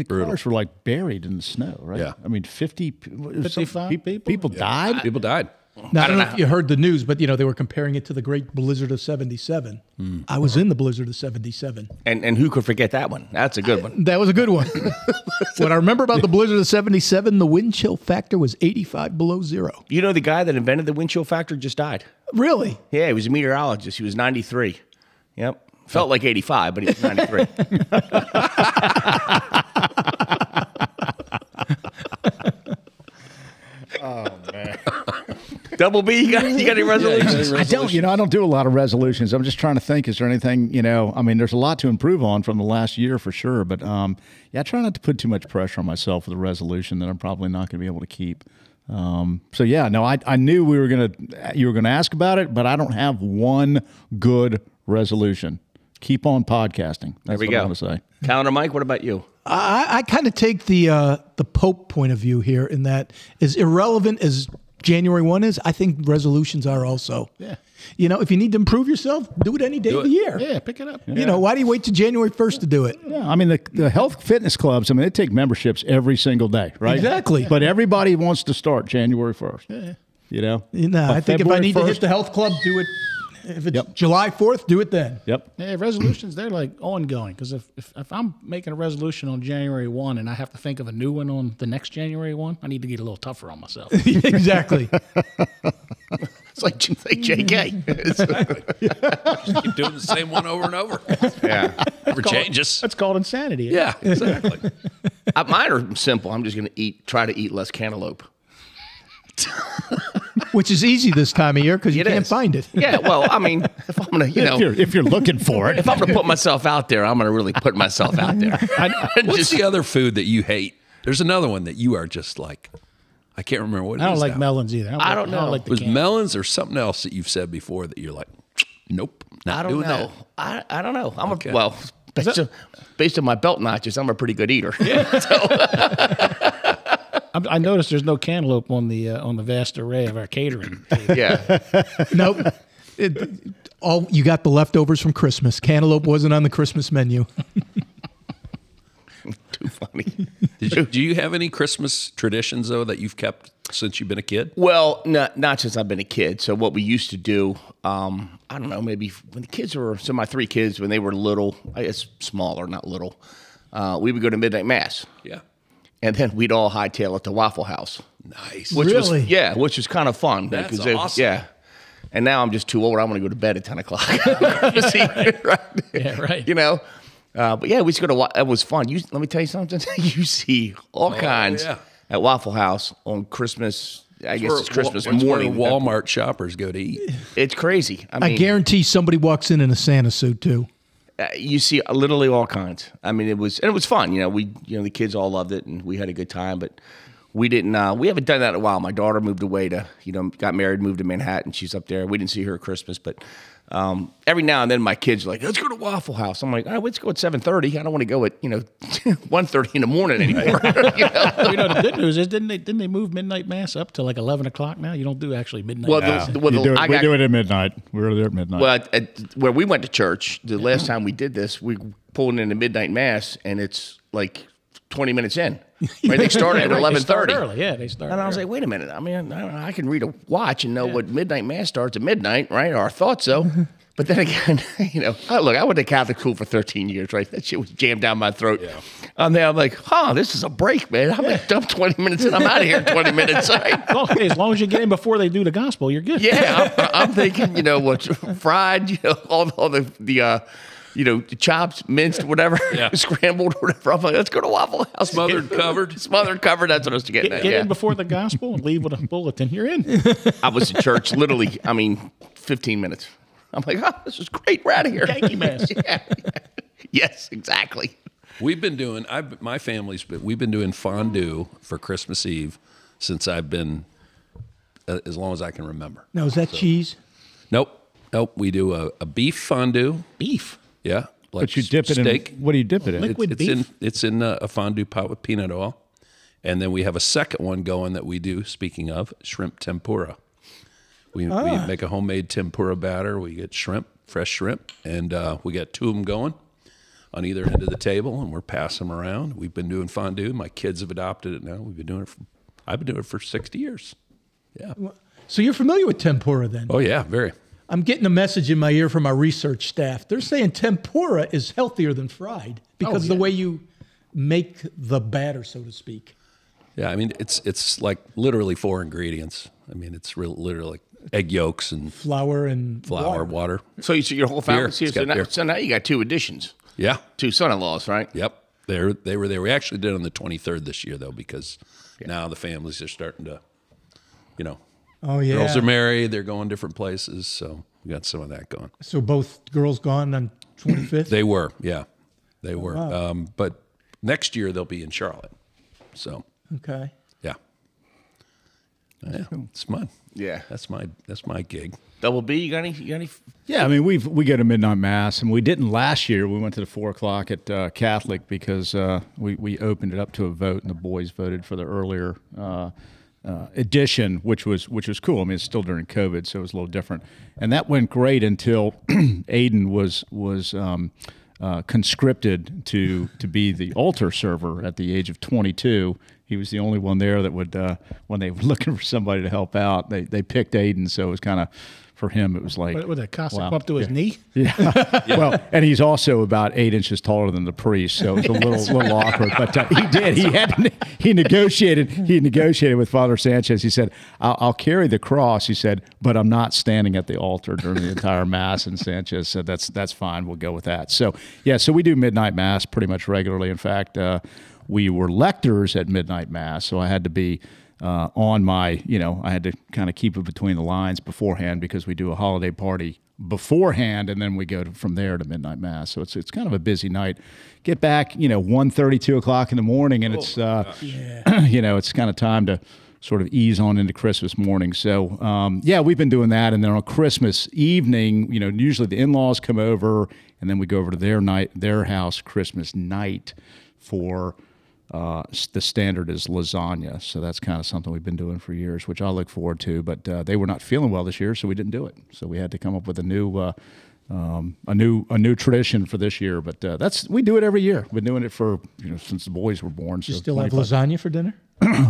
Speaker 4: the
Speaker 3: Brutal.
Speaker 4: cars were like buried in the snow, right?
Speaker 3: Yeah.
Speaker 4: I mean, 50, p- what- some
Speaker 6: 55
Speaker 4: peop-
Speaker 6: people?
Speaker 4: people died.
Speaker 3: People died.
Speaker 5: Now, I don't know if you heard the news, but you know they were comparing it to the Great Blizzard of '77. I was in the Blizzard of '77.
Speaker 2: And and who could forget that one? That's a good one.
Speaker 5: That was a good one. what I remember about the Blizzard of '77, the wind chill factor was 85 below zero.
Speaker 2: You know the guy that invented the wind chill factor just died.
Speaker 5: Really?
Speaker 2: Yeah, he was a meteorologist. He was 93. Yep. Felt like 85, but he was 93. Oh, Double B, you got, you got any resolutions?
Speaker 4: I don't, you know, I don't do a lot of resolutions. I'm just trying to think. Is there anything, you know? I mean, there's a lot to improve on from the last year for sure. But um, yeah, I try not to put too much pressure on myself with a resolution that I'm probably not going to be able to keep. Um, so yeah, no, I, I knew we were gonna you were gonna ask about it, but I don't have one good resolution. Keep on podcasting. That's
Speaker 2: There we
Speaker 4: what
Speaker 2: go.
Speaker 4: I want to say.
Speaker 2: Calendar Mike, what about you?
Speaker 5: I, I kind of take the uh, the Pope point of view here in that as irrelevant as January one is, I think resolutions are also.
Speaker 6: Yeah.
Speaker 5: You know, if you need to improve yourself, do it any day of the year.
Speaker 6: Yeah, pick it up.
Speaker 5: You know, why do you wait to January first to do it?
Speaker 4: Yeah, I mean the the health fitness clubs. I mean they take memberships every single day, right?
Speaker 5: Exactly.
Speaker 4: But everybody wants to start January first.
Speaker 6: yeah.
Speaker 4: You know.
Speaker 5: You know,
Speaker 4: But
Speaker 5: I think if
Speaker 4: February
Speaker 5: I need to
Speaker 4: 1st
Speaker 5: hit the health club, do it. If it's
Speaker 4: Yep.
Speaker 5: July fourth, do it then.
Speaker 4: Yep.
Speaker 6: Yeah, resolutions, they're like ongoing. Because if, if, if I'm making a resolution on January 1 and I have to think of a new one on the next January 1, I need to get a little tougher on myself.
Speaker 5: exactly.
Speaker 2: It's like, it's like JK.
Speaker 3: Keep doing the same one over and over.
Speaker 2: yeah.
Speaker 3: Never changes.
Speaker 6: That's called insanity.
Speaker 3: Yeah, exactly.
Speaker 2: Uh, Mine are simple. I'm just going to eat, try to eat less cantaloupe.
Speaker 5: Which is easy this time of year because you
Speaker 2: It
Speaker 5: can't
Speaker 2: is.
Speaker 5: find it.
Speaker 2: Yeah, well, I mean, if I'm going to, you
Speaker 4: If
Speaker 2: know,
Speaker 4: you're if you're looking for it,
Speaker 2: if I'm going to put myself out there, I'm going to really put myself out there.
Speaker 3: What's the other food that you hate? There's another one that you are just like, I can't remember what it is.
Speaker 6: I don't like
Speaker 3: now.
Speaker 6: melons either.
Speaker 2: I don't know.
Speaker 6: like
Speaker 3: It
Speaker 6: the
Speaker 3: was
Speaker 6: can-
Speaker 3: melons or something else that you've said before that you're like, nope, not
Speaker 2: I don't
Speaker 3: doing
Speaker 2: know. I, I don't know. I'm
Speaker 3: Okay.
Speaker 2: a, well, based, on, based on my belt notches, I'm a pretty good eater.
Speaker 6: I'm- I noticed there's no cantaloupe on the uh, on the vast array of our catering. table.
Speaker 2: yeah.
Speaker 5: Nope. It, all you got the leftovers from Christmas. Cantaloupe wasn't on the Christmas menu.
Speaker 2: Too funny.
Speaker 3: that. Did you, do you have any Christmas traditions though that you've kept since you've been a kid?
Speaker 2: Well, not, not since I've been a kid. So what we used to do, um, I don't know, maybe when the kids were, so my three kids, when they were little, I guess smaller, not little, uh, we would go to midnight mass.
Speaker 3: Yeah,
Speaker 2: And then we'd all hightail it to Waffle House.
Speaker 3: nice.
Speaker 2: Which
Speaker 5: Really?
Speaker 2: Was, yeah, which was kind of fun.
Speaker 3: That's
Speaker 2: because they-
Speaker 3: awesome.
Speaker 2: Yeah. And now I'm just too old. I want to go to bed at 10 o'clock. right.
Speaker 6: Yeah, right.
Speaker 2: You know? Uh, but yeah, we used to go to, Wa- it was fun. You, let me tell you something. you see all kinds
Speaker 3: Oh, yeah.
Speaker 2: at Waffle House on Christmas. I guess
Speaker 3: Where-
Speaker 2: it's Christmas
Speaker 3: where- it's
Speaker 2: morning.
Speaker 3: Where Walmart shoppers go to eat.
Speaker 2: It's crazy. I
Speaker 5: I
Speaker 2: mean,
Speaker 5: guarantee somebody walks in in a Santa suit too.
Speaker 2: uh, you see literally all kinds. I mean, it was and it was fun. You know, we you know the kids all loved it and we had a good time, but we didn't. Uh, we haven't done that in a while. My daughter moved away to you know got married, moved to Manhattan. She's up there. We didn't see her at Christmas, but. Um, every now and then, my kids are like, "Let's go to Waffle House." I'm like, "All right, let's go at 7:30. I don't want to go at you know 1:30 in the morning anymore." You know?
Speaker 6: you know the good news is didn't they didn't they move midnight mass up to like eleven o'clock now? You don't do actually midnight.
Speaker 2: Well,
Speaker 6: mass.
Speaker 2: the- the- well, the-
Speaker 4: You do it-
Speaker 2: I
Speaker 4: we
Speaker 2: got-
Speaker 4: do it at midnight. We were there at midnight.
Speaker 2: Well, at, at- where we went to church the last time we did this, we pulled into midnight mass, and it's like twenty minutes in. Right? They started at
Speaker 6: Right, they
Speaker 2: eleven
Speaker 6: start
Speaker 2: thirty.
Speaker 6: early. Yeah, they start.
Speaker 2: And I was like, wait a minute. I mean, I, I can read a watch and know what midnight mass starts at midnight, right? Or I thought so. But then again, you know, I, look, I went to Catholic school for 13 years, right? That shit was jammed down my throat. And then I'm like, huh, this is a break, man. I'm like, dump 20 minutes and I'm out of here in 20 minutes. right?
Speaker 6: Well, hey, as long as you get in before they do the gospel, you're good.
Speaker 2: Yeah, I'm, I'm thinking, you know, what fried, you know, all, all the the uh, you know, chops, minced, whatever,
Speaker 3: Yeah.
Speaker 2: scrambled, whatever. I'm like, let's go to Waffle House.
Speaker 3: Smothered, covered.
Speaker 2: smothered, covered. That's what I was getting
Speaker 6: Get,
Speaker 2: at.
Speaker 6: get
Speaker 2: yeah.
Speaker 6: in before the gospel and leave with a bulletin. You're in.
Speaker 2: I was in church literally. I mean, 15 minutes. I'm like, oh, this is great. We're out of here.
Speaker 6: Thank you, man.
Speaker 2: yeah. Yes, exactly.
Speaker 3: We've been doing. I've my family's been. We've been doing fondue for Christmas Eve since I've been uh, as long as I can remember.
Speaker 5: Now is that cheese?
Speaker 3: Nope, nope. We do a, a beef fondue.
Speaker 6: Beef.
Speaker 3: Yeah, like
Speaker 4: but you dip it
Speaker 3: steak.
Speaker 4: in. What do you dip it in?
Speaker 6: Liquid
Speaker 3: it's
Speaker 6: beef.
Speaker 3: in it's in uh, a, a fondue pot with peanut oil, and then we have a second one going that we do. Speaking of shrimp tempura, we, we make a homemade tempura batter. We get shrimp, fresh shrimp, and uh, we got two of them going on either end of the table, and we're passing them around. We've been doing fondue. My kids have adopted it now. We've been doing it. For, I've been doing it for sixty years.
Speaker 5: So you're familiar with tempura then?
Speaker 3: Oh yeah, very.
Speaker 5: I'm getting a message in my ear from our research staff. They're saying tempura is healthier than fried because of the way you make the batter, so to speak.
Speaker 3: Yeah, I mean it's it's like literally four ingredients. I mean it's real literally egg yolks and
Speaker 5: flour and
Speaker 3: flour,
Speaker 5: water.
Speaker 3: water.
Speaker 2: So you, so your whole
Speaker 3: Beer.
Speaker 2: family's here.
Speaker 3: It's
Speaker 2: So
Speaker 3: got
Speaker 2: now,
Speaker 3: beer.
Speaker 2: so now you got two additions,
Speaker 3: Yeah.
Speaker 2: two son-in-laws, right?
Speaker 3: Yep. They they were there. We actually did it on the 23rd this year though because now the families are starting to you know,
Speaker 5: Oh yeah.
Speaker 3: girls are married, they're going different places, so we got some of that going.
Speaker 5: so both girls gone on 25th.
Speaker 3: They were, yeah. They were. Um, but next year they'll be in Charlotte. So,
Speaker 5: okay.
Speaker 3: yeah. Yeah, it's fun.
Speaker 2: Yeah.
Speaker 3: That's my that's my gig.
Speaker 2: Double B, you got any? You got any?
Speaker 4: Yeah, I mean we've we go to midnight mass, and we didn't last year. We went to the four o'clock at uh, Catholic because uh, we we opened it up to a vote, and the boys voted for the earlier uh, uh, edition, which was which was cool. I mean, it's still during COVID, so it was a little different, and that went great until Aiden was was. Um, uh, conscripted to to be the altar server at the age of 22. He was the only one there that would, uh, when they were looking for somebody to help out, they, they picked Aiden. So it was kind of for him, it was like
Speaker 6: What, with a Cossack
Speaker 4: Wow.
Speaker 6: up to his knee?
Speaker 4: well, and he's also about eight inches taller than the priest, so it's a little little awkward. But uh, he did. He had he negotiated. He negotiated with Father Sanchez. He said, I'll, "I'll carry the cross." He said, "But I'm not standing at the altar during the entire mass." And Sanchez said, "That's that's fine. We'll go with that." So yeah, so we do midnight mass pretty much regularly. In fact, uh, we were lectors at midnight mass, so I had to be uh, on my, you know, I had to kind of keep it between the lines beforehand because we do a holiday party beforehand, and then we go to, from there to midnight mass. So it's it's kind of a busy night. Get back, you know, 1.30, 2 o'clock in the morning, and it's, uh, you know, it's kind of time to sort of ease on into Christmas morning. So um, yeah, we've been doing that, and then on Christmas evening, you know, usually the in-laws come over, and then we go over to their night, their house, Christmas night for uh, s- the standard is lasagna. So that's kind of something we've been doing for years, which I look forward to. But uh, they were not feeling well this year, so we didn't do it. So we had to come up with a new. Uh, um, a new a new tradition for this year, but uh, that's we do it every year. Been doing it for you know since the boys were born.
Speaker 5: You
Speaker 4: so
Speaker 5: still have
Speaker 4: 25
Speaker 5: lasagna for dinner?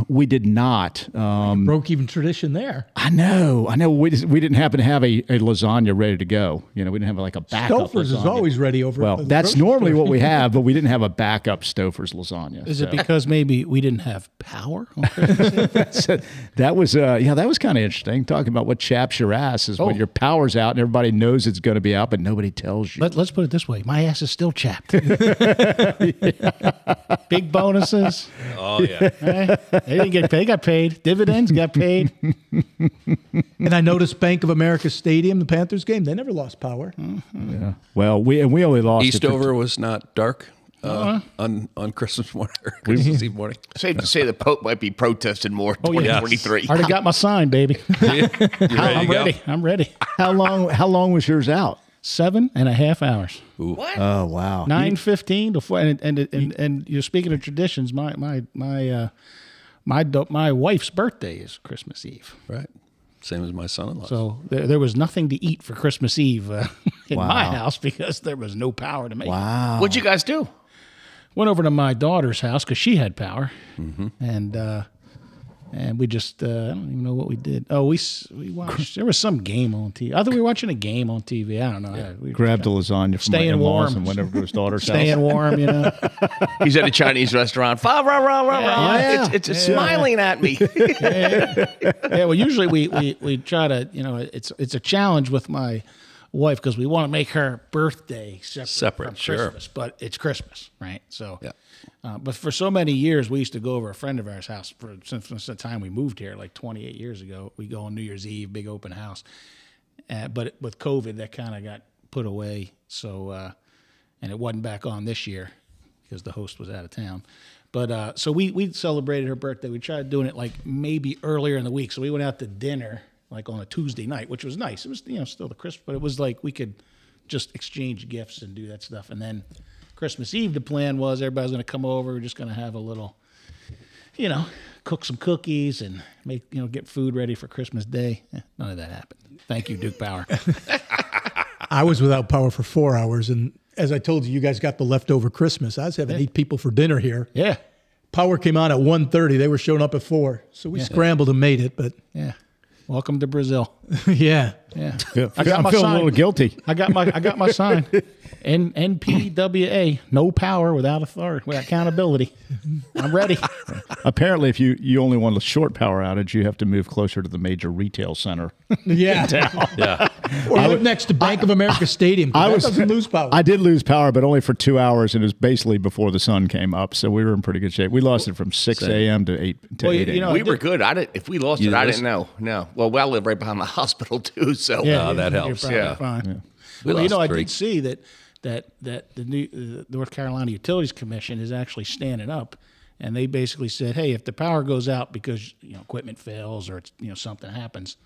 Speaker 4: we did not. Um,
Speaker 5: Broke even tradition there.
Speaker 4: I know, I know. We just, we didn't happen to have a, a lasagna ready to go. You know, we didn't have like a backup.
Speaker 5: Stouffer's is
Speaker 4: lasagna.
Speaker 5: always ready over. at
Speaker 4: Well,
Speaker 5: the
Speaker 4: that's
Speaker 5: grocery
Speaker 4: normally
Speaker 5: store.
Speaker 4: what we have, but we didn't have a backup Stouffer's lasagna.
Speaker 6: Is
Speaker 4: so.
Speaker 6: it because maybe we didn't have power? on Christmas?
Speaker 4: So that was uh yeah that was kind of interesting talking about what chaps your ass is when
Speaker 6: Oh.
Speaker 4: your power's out and everybody knows it's going to be out but nobody tells you
Speaker 6: Let, let's put it this way: my ass is still chapped. Big bonuses.
Speaker 3: Oh yeah.
Speaker 6: eh? They didn't get paid. They got paid. Dividends got paid.
Speaker 5: And I noticed Bank of America Stadium, the Panthers game, they never lost power.
Speaker 4: Hmm. well we and we only lost it for-
Speaker 3: Eastover was not dark uh, on on Christmas morning, or Christmas Eve morning.
Speaker 2: Safe to say the Pope might be protesting more. in
Speaker 6: Oh, yeah.
Speaker 2: 2023.
Speaker 6: Already got my sign, baby.
Speaker 3: You ready to
Speaker 6: I'm
Speaker 3: go?
Speaker 6: ready. I'm ready.
Speaker 4: how long how long was yours out
Speaker 6: Seven and a half hours.
Speaker 4: oh wow
Speaker 6: Nine fifteen to four. And and, and and and you're speaking of traditions. My my my uh, my do- my wife's birthday is Christmas Eve.
Speaker 3: Right. Same as my son-in-law.
Speaker 6: So there, there was nothing to eat for Christmas Eve uh, in my
Speaker 4: Wow.
Speaker 6: house because there was no power to make.
Speaker 4: wow
Speaker 2: What'd you guys do?
Speaker 6: Went over to my daughter's house because she had power,
Speaker 4: Mm-hmm.
Speaker 6: and uh, and we just uh, I don't even know what we did. Oh, we s- we watched. There was some game on TV. I think we were watching a game on TV. I don't know. We were
Speaker 4: grabbed a lasagna from my
Speaker 6: Staying
Speaker 4: in-laws
Speaker 6: warm.
Speaker 4: and went over to his daughter's
Speaker 6: staying
Speaker 4: house
Speaker 6: warm, you know.
Speaker 2: He's at a Chinese restaurant. Fa rah rah rah rah. It's, it's it's smiling at me.
Speaker 6: yeah, well, usually we, we we try to you know it's it's a challenge with my wife because we want to make her birthday separate,
Speaker 3: Separate,
Speaker 6: from
Speaker 3: sure.
Speaker 6: Christmas, but it's Christmas, right? So,
Speaker 3: Yeah.
Speaker 6: uh, but for so many years, we used to go over a friend of ours' house for since, since the time we moved here, like 28 years ago. We go on New Year's Eve, big open house, uh, but with COVID, that kind of got put away. So, uh, and it wasn't back on this year because the host was out of town. But uh, so we we celebrated her birthday. We tried doing it like maybe earlier in the week. So we went out to dinner like on a Tuesday night, which was nice. It was you know still the Christmas, but it was like we could just exchange gifts and do that stuff. And then Christmas Eve, the plan was everybody's going to come over. We're just going to have a little, you know, cook some cookies and make you know get food ready for Christmas Day. Eh, none of that happened. Thank you, Duke Power.
Speaker 5: I was without power for four hours. And as I told you, you guys got the leftover Christmas. I was having eight people for dinner here.
Speaker 6: yeah,
Speaker 5: Power came on at 1.30. They were showing up at 4. So we scrambled and made it. But
Speaker 6: yeah. Welcome to Brazil.
Speaker 5: yeah,
Speaker 6: Yeah.
Speaker 4: I
Speaker 6: I got
Speaker 4: am
Speaker 6: my
Speaker 4: feeling a
Speaker 6: sign.
Speaker 4: little guilty
Speaker 6: I got my I got my sign. N NPWA, no power without authority, without accountability. I'm ready.
Speaker 4: Apparently, if you, you only want a short power outage, you have to move closer to the major retail center.
Speaker 5: Yeah.
Speaker 3: Yeah.
Speaker 5: or live next to Bank of America Stadium. 'cause that doesn't lose power.
Speaker 4: I did lose power, but only for two hours, and it was basically before the sun came up. So we were in pretty good shape. We lost it from six a.m. to eight to
Speaker 6: Well, you-
Speaker 4: eight a.m.
Speaker 6: you know,
Speaker 2: we were good. I didn't. If we lost
Speaker 3: You
Speaker 2: it, I
Speaker 3: lost
Speaker 2: didn't know. No. Well, well, I live right behind the hospital too. So
Speaker 3: Oh, that
Speaker 6: you're
Speaker 3: helps.
Speaker 6: probably
Speaker 2: Yeah.
Speaker 6: fine.
Speaker 3: We
Speaker 6: well, you
Speaker 3: lost
Speaker 6: know, I
Speaker 3: three.
Speaker 6: did see that that that the new uh, North Carolina Utilities Commission is actually standing up, and they basically said, "Hey, if the power goes out because you know equipment fails or it's, you know something happens,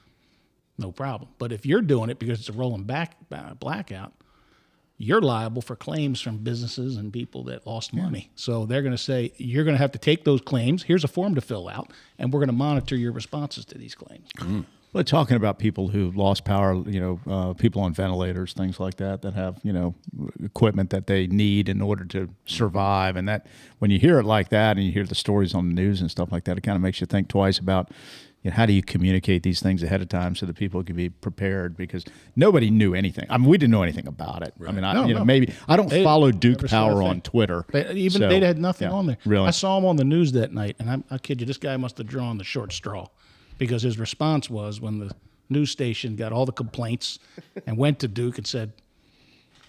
Speaker 6: no problem. But if you're doing it because it's a rolling back uh, blackout." You're liable for claims from businesses and people that lost money. So they're going to say you're going to have to take those claims. Here's a form to fill out, and we're going to monitor your responses to these claims.
Speaker 4: Well, talking about people who lost power, you know, uh, people on ventilators, things like that, that have you know equipment that they need in order to survive, and that when you hear it like that, and you hear the stories on the news and stuff like that, it kind of makes you think twice about you know, how do you communicate these things ahead of time so that people can be prepared because nobody knew anything. I mean, we didn't know anything about it. I mean, I, you know, maybe I don't follow Duke
Speaker 6: never saw a
Speaker 4: Power
Speaker 6: thing.
Speaker 4: on Twitter.
Speaker 6: But even
Speaker 4: so-
Speaker 6: they had nothing
Speaker 4: yeah,
Speaker 6: on there.
Speaker 4: Really,
Speaker 6: I saw him on the news that night, and I, I kid you, this guy must have drawn the short straw, because his response was when the news station got all the complaints and went to Duke and said,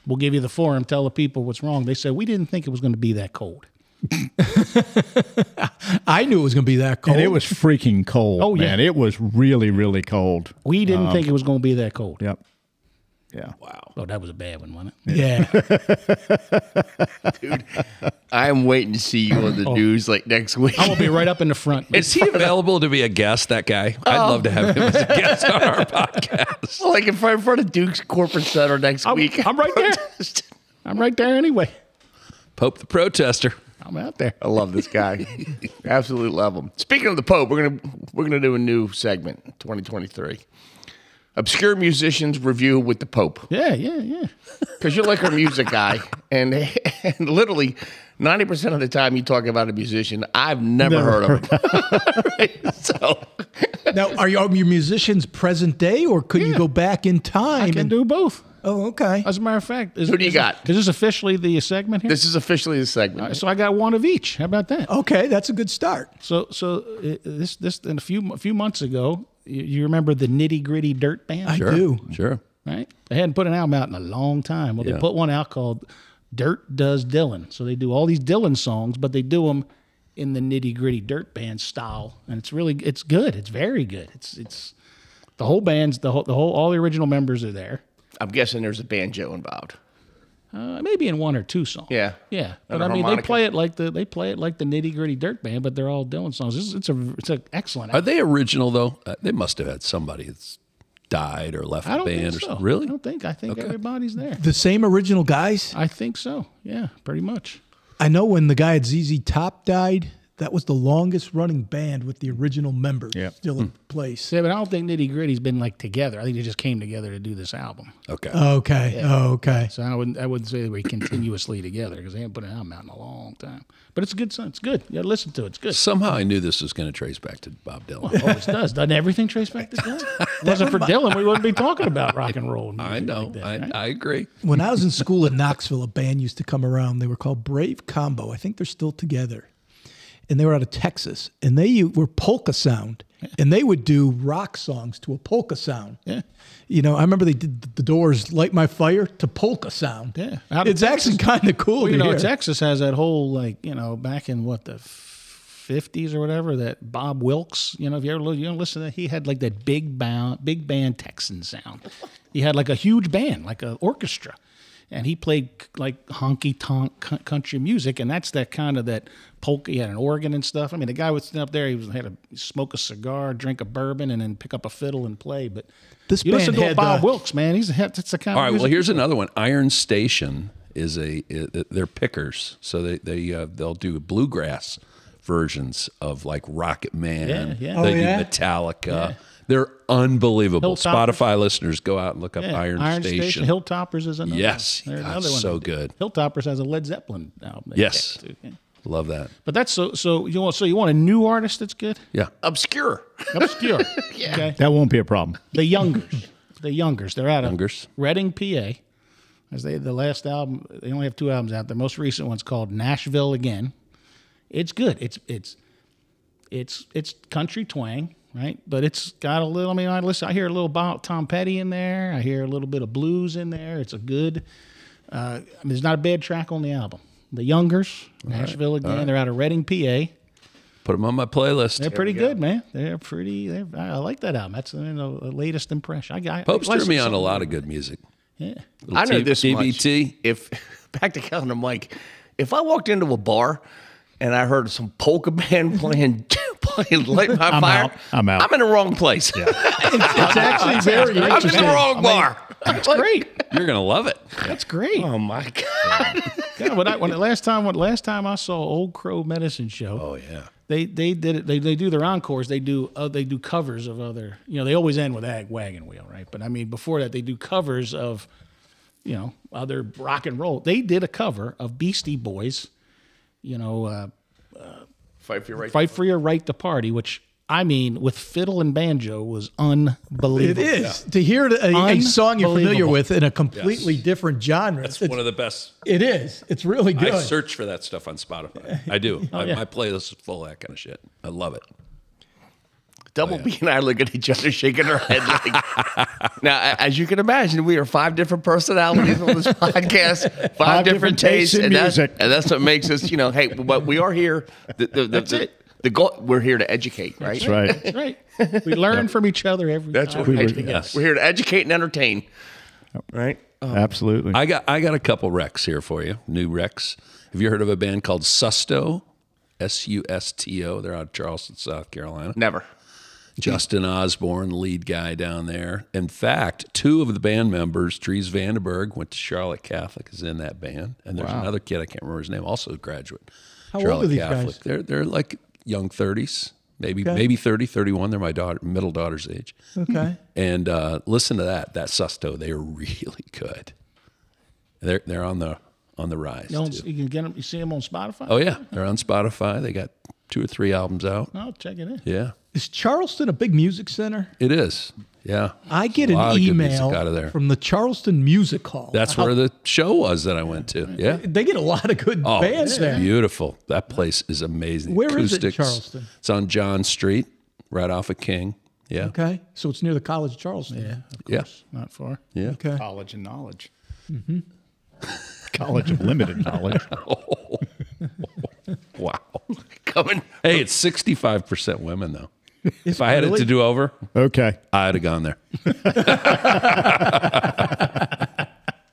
Speaker 6: "We'll give you the forum. Tell the people what's wrong." They said we didn't think it was going to be that cold.
Speaker 5: I knew it was going to be that cold.
Speaker 4: and it was freaking cold.
Speaker 6: Oh, yeah.
Speaker 4: man, it was really, really cold.
Speaker 6: We didn't think
Speaker 2: Um,
Speaker 6: it was going to be that cold.
Speaker 4: Yep. Yeah.
Speaker 6: Oh, that was a bad one, wasn't it?
Speaker 5: Yeah.
Speaker 2: I'm waiting to see you on the news like next week.
Speaker 6: Oh. I will be right up in the front.
Speaker 3: Is he available to be a guest? That guy. I'd love to have him as a guest on our podcast.
Speaker 2: like in front, in front of Duke's corporate center next
Speaker 6: I'm,
Speaker 2: week.
Speaker 6: I'm right there. I'm right there anyway.
Speaker 3: Pope the protester.
Speaker 6: I'm out there.
Speaker 2: I love this guy. Absolutely love him. Speaking of the Pope, we're gonna we're gonna do a new segment, 2023. Obscure musicians review with the Pope.
Speaker 6: Yeah, yeah, yeah.
Speaker 2: because you're like a music guy, and and literally ninety percent of the time you talk about a musician, I've never, heard of him. Right? So
Speaker 5: now, are, you, are your musicians present day or could you
Speaker 6: Yeah.
Speaker 5: go back in time?
Speaker 6: I can
Speaker 5: and-
Speaker 6: do both.
Speaker 5: oh, okay.
Speaker 6: As a matter of fact, is,
Speaker 2: Who do you
Speaker 6: is-
Speaker 2: got?
Speaker 6: Is this officially the segment here?
Speaker 2: this is officially the segment.
Speaker 6: So I got one of each. How about that?
Speaker 5: Okay, that's a good start.
Speaker 6: So so uh, this this and a few a few months ago, you, you remember the Nitty Gritty Dirt Band,
Speaker 5: I do.
Speaker 3: Sure.
Speaker 6: right? They hadn't put an album out in a long time. Well,
Speaker 3: Yeah.
Speaker 6: they put one out called Dirt Does Dylan. So they do all these Dylan songs, but they do them in the Nitty Gritty Dirt Band style, and it's really it's good. It's very good. It's it's the whole band's the whole the whole all the original members are there.
Speaker 2: I'm guessing there's a banjo involved.
Speaker 6: Uh, maybe in one or two songs.
Speaker 2: Yeah.
Speaker 6: yeah.
Speaker 2: And
Speaker 6: But
Speaker 2: a
Speaker 6: I mean, they
Speaker 2: harmonica.
Speaker 6: play it like the they play it like the nitty gritty dirt band, but they're all Dylan songs. It's, it's a it's an excellent.
Speaker 3: Are they original though? Uh, they must have had somebody that's died or left
Speaker 6: I
Speaker 3: the
Speaker 6: don't
Speaker 3: band.
Speaker 6: think
Speaker 3: or
Speaker 6: so.
Speaker 3: something. Really?
Speaker 6: I don't think. I think everybody's there.
Speaker 5: The same original guys.
Speaker 6: I think so. Yeah, pretty much.
Speaker 5: I know when the guy at ZZ Top died, that was the longest running band with the original members
Speaker 4: Yeah.
Speaker 5: still in place.
Speaker 6: Yeah, but I don't think nitty gritty's been like together. I think they just came together to do this album.
Speaker 3: Okay.
Speaker 5: Okay. Oh, okay.
Speaker 6: So I wouldn't I wouldn't say they were continuously together because they haven't put an album out in a long time. But it's a good song. It's good. You gotta listen to it. It's good.
Speaker 3: Somehow I knew this was going to trace back to Bob Dylan.
Speaker 6: Always does. Doesn't everything trace back to Dylan? If it wasn't for Dylan, we wouldn't be talking about rock and roll. and
Speaker 3: I
Speaker 6: music
Speaker 3: know.
Speaker 6: like that,
Speaker 3: I,
Speaker 6: right?
Speaker 3: I agree.
Speaker 5: When I was in school in Knoxville, a band used to come around. They were called Brave Combo. I think they're still together. And they were out of Texas. And they u- were polka sound. And they would do rock songs to a polka sound.
Speaker 6: Yeah.
Speaker 5: You know, I remember they did th- The Doors "Light My Fire" to polka sound.
Speaker 6: Yeah. Out of
Speaker 5: it's actually kind of cool.
Speaker 6: Well,
Speaker 5: to
Speaker 6: you know,
Speaker 5: hear.
Speaker 6: Texas has that whole like you know back in what the fifties or whatever that Bob Wilkes. You know, if you ever li- you know, listen to that, he had like that big band, big band Texan sound. He had like a huge band, like an orchestra, and he played c- like honky tonk c- country music, and that's that kind of that polka. He had an organ and stuff. I mean, the guy was sitting up there. He was had a smoke a cigar, drink a bourbon, and then pick up a fiddle and play. But
Speaker 5: This
Speaker 6: you listen
Speaker 5: band
Speaker 6: to a
Speaker 5: had,
Speaker 6: Bob
Speaker 5: uh,
Speaker 6: Wilkes, man. He's that's the kind.
Speaker 3: All
Speaker 6: of
Speaker 3: right.
Speaker 6: music
Speaker 3: Well, here's another one. Iron Station is a i- they're pickers, so they they uh, they'll do bluegrass versions of like Rocket Man.
Speaker 6: Yeah, yeah.
Speaker 3: They
Speaker 5: Oh,
Speaker 3: do
Speaker 5: yeah?
Speaker 3: Metallica. They're unbelievable.
Speaker 6: Hilltop-
Speaker 3: Spotify listeners go out and look up Iron, Station.
Speaker 6: Hilltoppers is another.
Speaker 3: Yes,
Speaker 6: There's
Speaker 3: God, so good.
Speaker 6: Hilltoppers has a Led Zeppelin album.
Speaker 3: Yes.
Speaker 6: Too, yeah.
Speaker 3: Love that.
Speaker 6: but that's so so you want so you want a new artist that's good,
Speaker 3: Yeah.
Speaker 2: Obscure.
Speaker 6: obscure. yeah. Okay,
Speaker 4: That won't be a problem.
Speaker 6: the Youngers, the Youngers, they're out of
Speaker 3: Youngers.
Speaker 6: Reading, PA. As they the last album, they only have two albums out. The most recent one's called Nashville Again. It's good. It's it's it's it's country twang, right? But it's got a little. I mean, I listen. I hear a little about Tom Petty in there. I hear a little bit of blues in there. It's a good. Uh, I mean, there's not a bad track on the album. The Youngers, Nashville again. They're out of Reading, PA.
Speaker 3: Put them on my playlist.
Speaker 6: They're pretty good, man. They're pretty. They're, I I like that album. That's you know, the latest impression. I got
Speaker 3: Popes
Speaker 6: I
Speaker 3: turned me on a lot of good music.
Speaker 6: Yeah.
Speaker 3: Little
Speaker 2: I know
Speaker 3: T-
Speaker 2: this
Speaker 3: TBT.
Speaker 2: much. If back to Calendar Mike, if I walked into a bar and I heard some polka band playing playing Light My
Speaker 6: I'm
Speaker 2: Fire,
Speaker 6: out.
Speaker 4: I'm out.
Speaker 2: I'm in the wrong place.
Speaker 5: It's actually very
Speaker 2: I'm in
Speaker 5: interesting.
Speaker 2: the wrong bar.
Speaker 6: That's great.
Speaker 3: You're gonna love it.
Speaker 6: That's great.
Speaker 2: Oh my god!
Speaker 6: yeah, when I when the last time when last time I saw Old Crow Medicine Show. Oh yeah. They they did it. They, they do their encores. They do uh, they do covers of other. You know they always end with Ag Wagon Wheel, right? But I mean before that they do covers of, you know, other rock and roll. They did a cover of Beastie Boys. You know, uh,
Speaker 2: Fight for your right.
Speaker 6: fight for your right to party, which I mean with fiddle and banjo was
Speaker 5: It
Speaker 6: unbelievable.
Speaker 5: is to hear a, a song you're familiar
Speaker 6: Unbelievable.
Speaker 5: with in a completely different genre. It's,
Speaker 3: One of the best.
Speaker 5: it is. It's really good.
Speaker 3: I search for that stuff on Spotify. I do.
Speaker 6: Oh,
Speaker 3: My- My playlist is full of that kind of shit. I love it.
Speaker 2: Double B and I look at each other, shaking our head. Like, now, a- as you can imagine, we are five different personalities on this podcast, five, different,
Speaker 4: different
Speaker 2: tastes,
Speaker 4: tastes in
Speaker 2: and, that's,
Speaker 4: music.
Speaker 2: and that's what makes us, you know, hey, but we are here. The, the, the, the, the goal, we're here to educate, right?
Speaker 4: That's right.
Speaker 6: Right. We learn from each other every
Speaker 2: That's
Speaker 6: time.
Speaker 2: what we
Speaker 4: were-
Speaker 3: yes.
Speaker 2: We're here to educate and entertain, right?
Speaker 6: Oh.
Speaker 4: Absolutely.
Speaker 3: I got I got a couple wrecks here for you. New wrecks. Have you heard of a band called Susto? S U S T O. They're out of Charleston, South Carolina.
Speaker 2: Never.
Speaker 3: Justin Osborne, lead guy down there. In fact, two of the band members, Trees Vandenberg, went to Charlotte Catholic, is in that band. And there's another kid, I can't remember his name, also a graduate. How
Speaker 5: old are these guys?
Speaker 3: They're, they're like young 30s, maybe maybe 30, 31. They're my daughter, middle daughter's age.
Speaker 5: okay.
Speaker 3: And uh, listen to that, that Susto. They are really good. They're, they're on the on the rise.
Speaker 6: You, don't-
Speaker 3: too.
Speaker 6: you can get 'em- You see them on Spotify.
Speaker 3: Oh, yeah. They're on Spotify. They got two or three albums out.
Speaker 6: I'll check it in.
Speaker 3: Yeah,
Speaker 5: Is Charleston a big music center?
Speaker 3: it is. Yeah.
Speaker 5: I get
Speaker 3: A lot
Speaker 5: an
Speaker 3: of good music
Speaker 5: email
Speaker 3: out of there.
Speaker 5: from the Charleston Music Hall.
Speaker 3: That's where the show was that I went to. Yeah.
Speaker 5: they get a lot of good
Speaker 3: Oh,
Speaker 5: bands
Speaker 3: it's
Speaker 5: there.
Speaker 3: beautiful. That place is amazing.
Speaker 5: Where is it, Charleston?
Speaker 3: It's on John Street, right off of King. Yeah.
Speaker 5: Okay, so it's near the College of Charleston.
Speaker 3: Yeah.
Speaker 6: Not far.
Speaker 3: Yeah.
Speaker 5: Okay.
Speaker 4: College and knowledge.
Speaker 6: Mm-hmm.
Speaker 4: College of limited knowledge.
Speaker 3: Wow.
Speaker 2: Coming.
Speaker 3: Hey, it's 65% women, though.
Speaker 5: Is
Speaker 3: If I had
Speaker 5: really?
Speaker 3: it to do over,
Speaker 4: Okay.
Speaker 3: I'd have gone there.